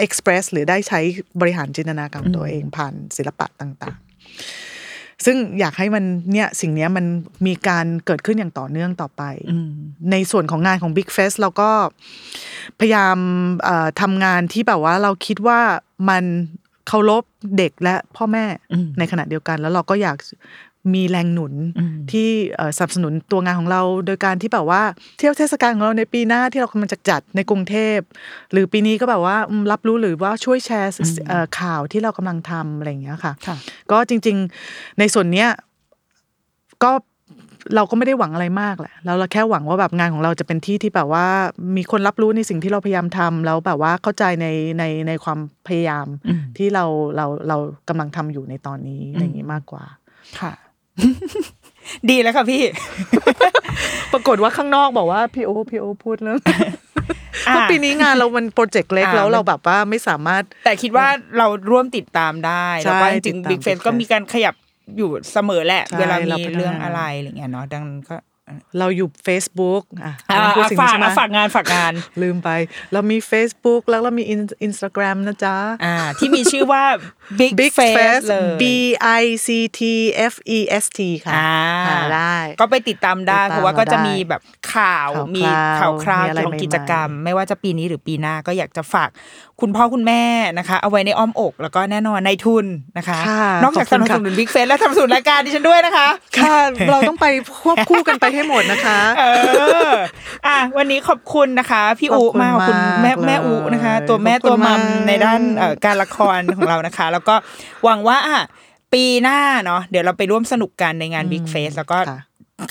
Speaker 3: express หรือได้ใช้บริหารจินตนาการของตัวเองผ่านศิลปะต่างๆ ซึ่งอยากให้มันเนี่ยสิ่งเนี้ยมันมีการเกิดขึ้นอย่างต่อเนื่องต่อไป ในส่วนของงานของ Big Fest เราก็พยายามเอ่อทำงานที่แบบว่าเราคิดว่ามันเคารพเด็กและพ่อแม่
Speaker 2: อืม
Speaker 3: ในขณะเดียวกัน แล้วเราก็อยากมีแรงหนุน
Speaker 2: อืม
Speaker 3: ที่เอ่อสนับสนุนตัวงานของเรา โดยการที่แบบว่าเที่ยวเทศกาลของเราในปีหน้าที่เรากำลังจะจัดในกรุงเทพ หรือปีนี้ก็แบบว่าอืมรับรู้หรือว่าช่วยแชร์เอ่อข่าวที่เรากำลังทำอะไรอย่างเงี้ยค่ะ
Speaker 2: ค่ะ
Speaker 3: ก็จริง ๆ ในส่วนเนี้ยก็เราก็ไม่ได้หวังอะไรมากแหละแล้วเราแค่หวังว่าแบบงานของเราจะเป็นที่ที่แบบว่า มีคนรับรู้ในสิ่งที่เราพยายามทำแล้วแบบว่าเข้าใจในในในความพยายาม
Speaker 2: อืม
Speaker 3: ที่เราเราเรากำลังทำอยู่ในตอนนี้อะไรอย่างนี้มากกว่า
Speaker 2: ค่ะ ดีแล้ว ค่ะพี่
Speaker 3: ปรากฏว่าข้างนอกบอกว่าพี่โอพี่โอพูดเรื่อง
Speaker 2: อ่ะ
Speaker 3: เพราะปีนี้งานเรามันโปรเจกต์เล็ก
Speaker 2: อ่ะ
Speaker 3: แล้วเราแบบว่าไม่สามารถ
Speaker 2: แต่คิดว่าเราร่วมติดตามได้
Speaker 3: ใช่
Speaker 2: แล้วก็จ
Speaker 3: ติ
Speaker 2: ริ
Speaker 3: ด
Speaker 2: ง
Speaker 3: ตาม
Speaker 2: บิ๊กเฟส
Speaker 3: Big
Speaker 2: ก็
Speaker 3: Fest
Speaker 2: มีการขยับอยู่เสมอแหละ
Speaker 3: ใช่
Speaker 2: เวลา
Speaker 3: เรา
Speaker 2: มี
Speaker 3: พัฒนา
Speaker 2: เรื่องอะไรอะไรอย่างเงี้ยเนาะดังนั้นก็
Speaker 3: เราอยู่ Facebook อ่ะ
Speaker 2: อ่ะ
Speaker 3: พูด
Speaker 2: อ่ะ
Speaker 3: สิ่ง
Speaker 2: ฝาก
Speaker 3: นี้ใช่ไหม
Speaker 2: อ่ะฝากงานฝากงาน
Speaker 3: ลืมไป เรามี Facebook แล้วเรามี Instagram นะจ๊ะ
Speaker 2: อ่า ที่มีชื่อว่า Big,
Speaker 3: Big
Speaker 2: Face,
Speaker 3: Fest
Speaker 2: เลย
Speaker 3: B I C T F E S T ค่ะ
Speaker 2: อ่า
Speaker 3: อ่าได้
Speaker 2: ก็ไปติดตามได้
Speaker 3: ติดตาม
Speaker 2: เพราะว่าก็จะ
Speaker 3: เราได้
Speaker 2: มีแบบข่าว
Speaker 3: ข่าว
Speaker 2: มีข่าร
Speaker 3: คาว ว
Speaker 2: คราว
Speaker 3: มีอะไร
Speaker 2: เกี่ยวกับ
Speaker 3: ใหม่ๆ
Speaker 2: กิจกรรม ไม่ว่าจะปีนี้หรือปีหน้าก็อยากจะฝากคุณพ่อคุณแม่นะคะ เอาไว้ในอ้อมอก แล้วก็แน่นอนในทุนนะคะ
Speaker 3: ค่ะ
Speaker 2: นอกจากส
Speaker 3: ขอบคุ
Speaker 2: นับ
Speaker 3: ณค่ะ
Speaker 2: สนุนบิ๊กเฟสและสนับสนุนรายการดิฉันด้วยนะคะ
Speaker 3: ค่ะ เราต้องไปควบคู่กันไปให้หมดนะคะ
Speaker 2: เอออ่ะวันนี้ขอบคุณนะคะ พี่
Speaker 3: ขอบ
Speaker 2: อุ
Speaker 3: คุณ
Speaker 2: มากขอบคุณแม่
Speaker 3: มากเลย
Speaker 2: แม่อุนะคะ ตัวแม่
Speaker 3: ขอบคุณ
Speaker 2: ตัวมัม
Speaker 3: มาก
Speaker 2: ในด้านเอ่อการละคร ของเรานะคะ แล้วก็หวังว่าอ่ะปีหน้าเนาะเดี๋ยวเราไปร่วมสนุกกันในงาน Big Face แล้วก็
Speaker 3: ค่ะ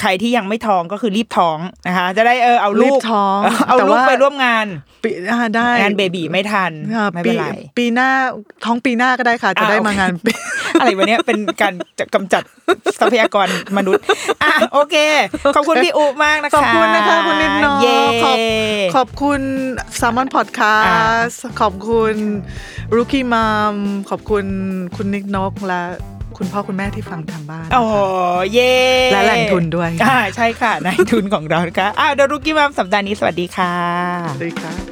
Speaker 2: ใครที่ยังไม่ท้องก็คือรีบท้องนะคะ จะได้เออเอาลู
Speaker 3: รี
Speaker 2: ก
Speaker 3: บท้อง
Speaker 2: เอา
Speaker 3: แต่
Speaker 2: ลูก
Speaker 3: ว่า
Speaker 2: ไปร่วมงาน
Speaker 3: ปีอ่าได้
Speaker 2: งานเบบีไม่ทัน
Speaker 3: อ่า
Speaker 2: ไม่
Speaker 3: ปี
Speaker 2: เป็นไร
Speaker 3: ปีหน้าท้องปีหน้าก็ได้ค่ะ จะ
Speaker 2: อ่า
Speaker 3: ได้
Speaker 2: โอเค
Speaker 3: มางานปี
Speaker 2: อะไรวะเนี่ยเป็นการจะกำจัดทรัพยากรมนุษย์อ่ะโอเค ขอบคุณพี่อุมากนะคะ
Speaker 3: ขอบคุณนะคะคุณนิดนอ
Speaker 2: เย้
Speaker 3: ขอบขอบคุณ s ซ l m o n Podcast ขอบคุณ Rookie Mom ขอบคุณคุณนิกนกและคุณพ่อคุณแม่ที่ฟังทางบ้านนะคะ
Speaker 2: โอ้โหเย่
Speaker 3: และแหล่งทุนด้วย
Speaker 2: อ่าใช่ค่ะแหล่งทุนของเรานะคะอ่าเดรุกี้มามสัปดาห์นี้สวัสดีค่ะ
Speaker 3: สวัสดีค่ะ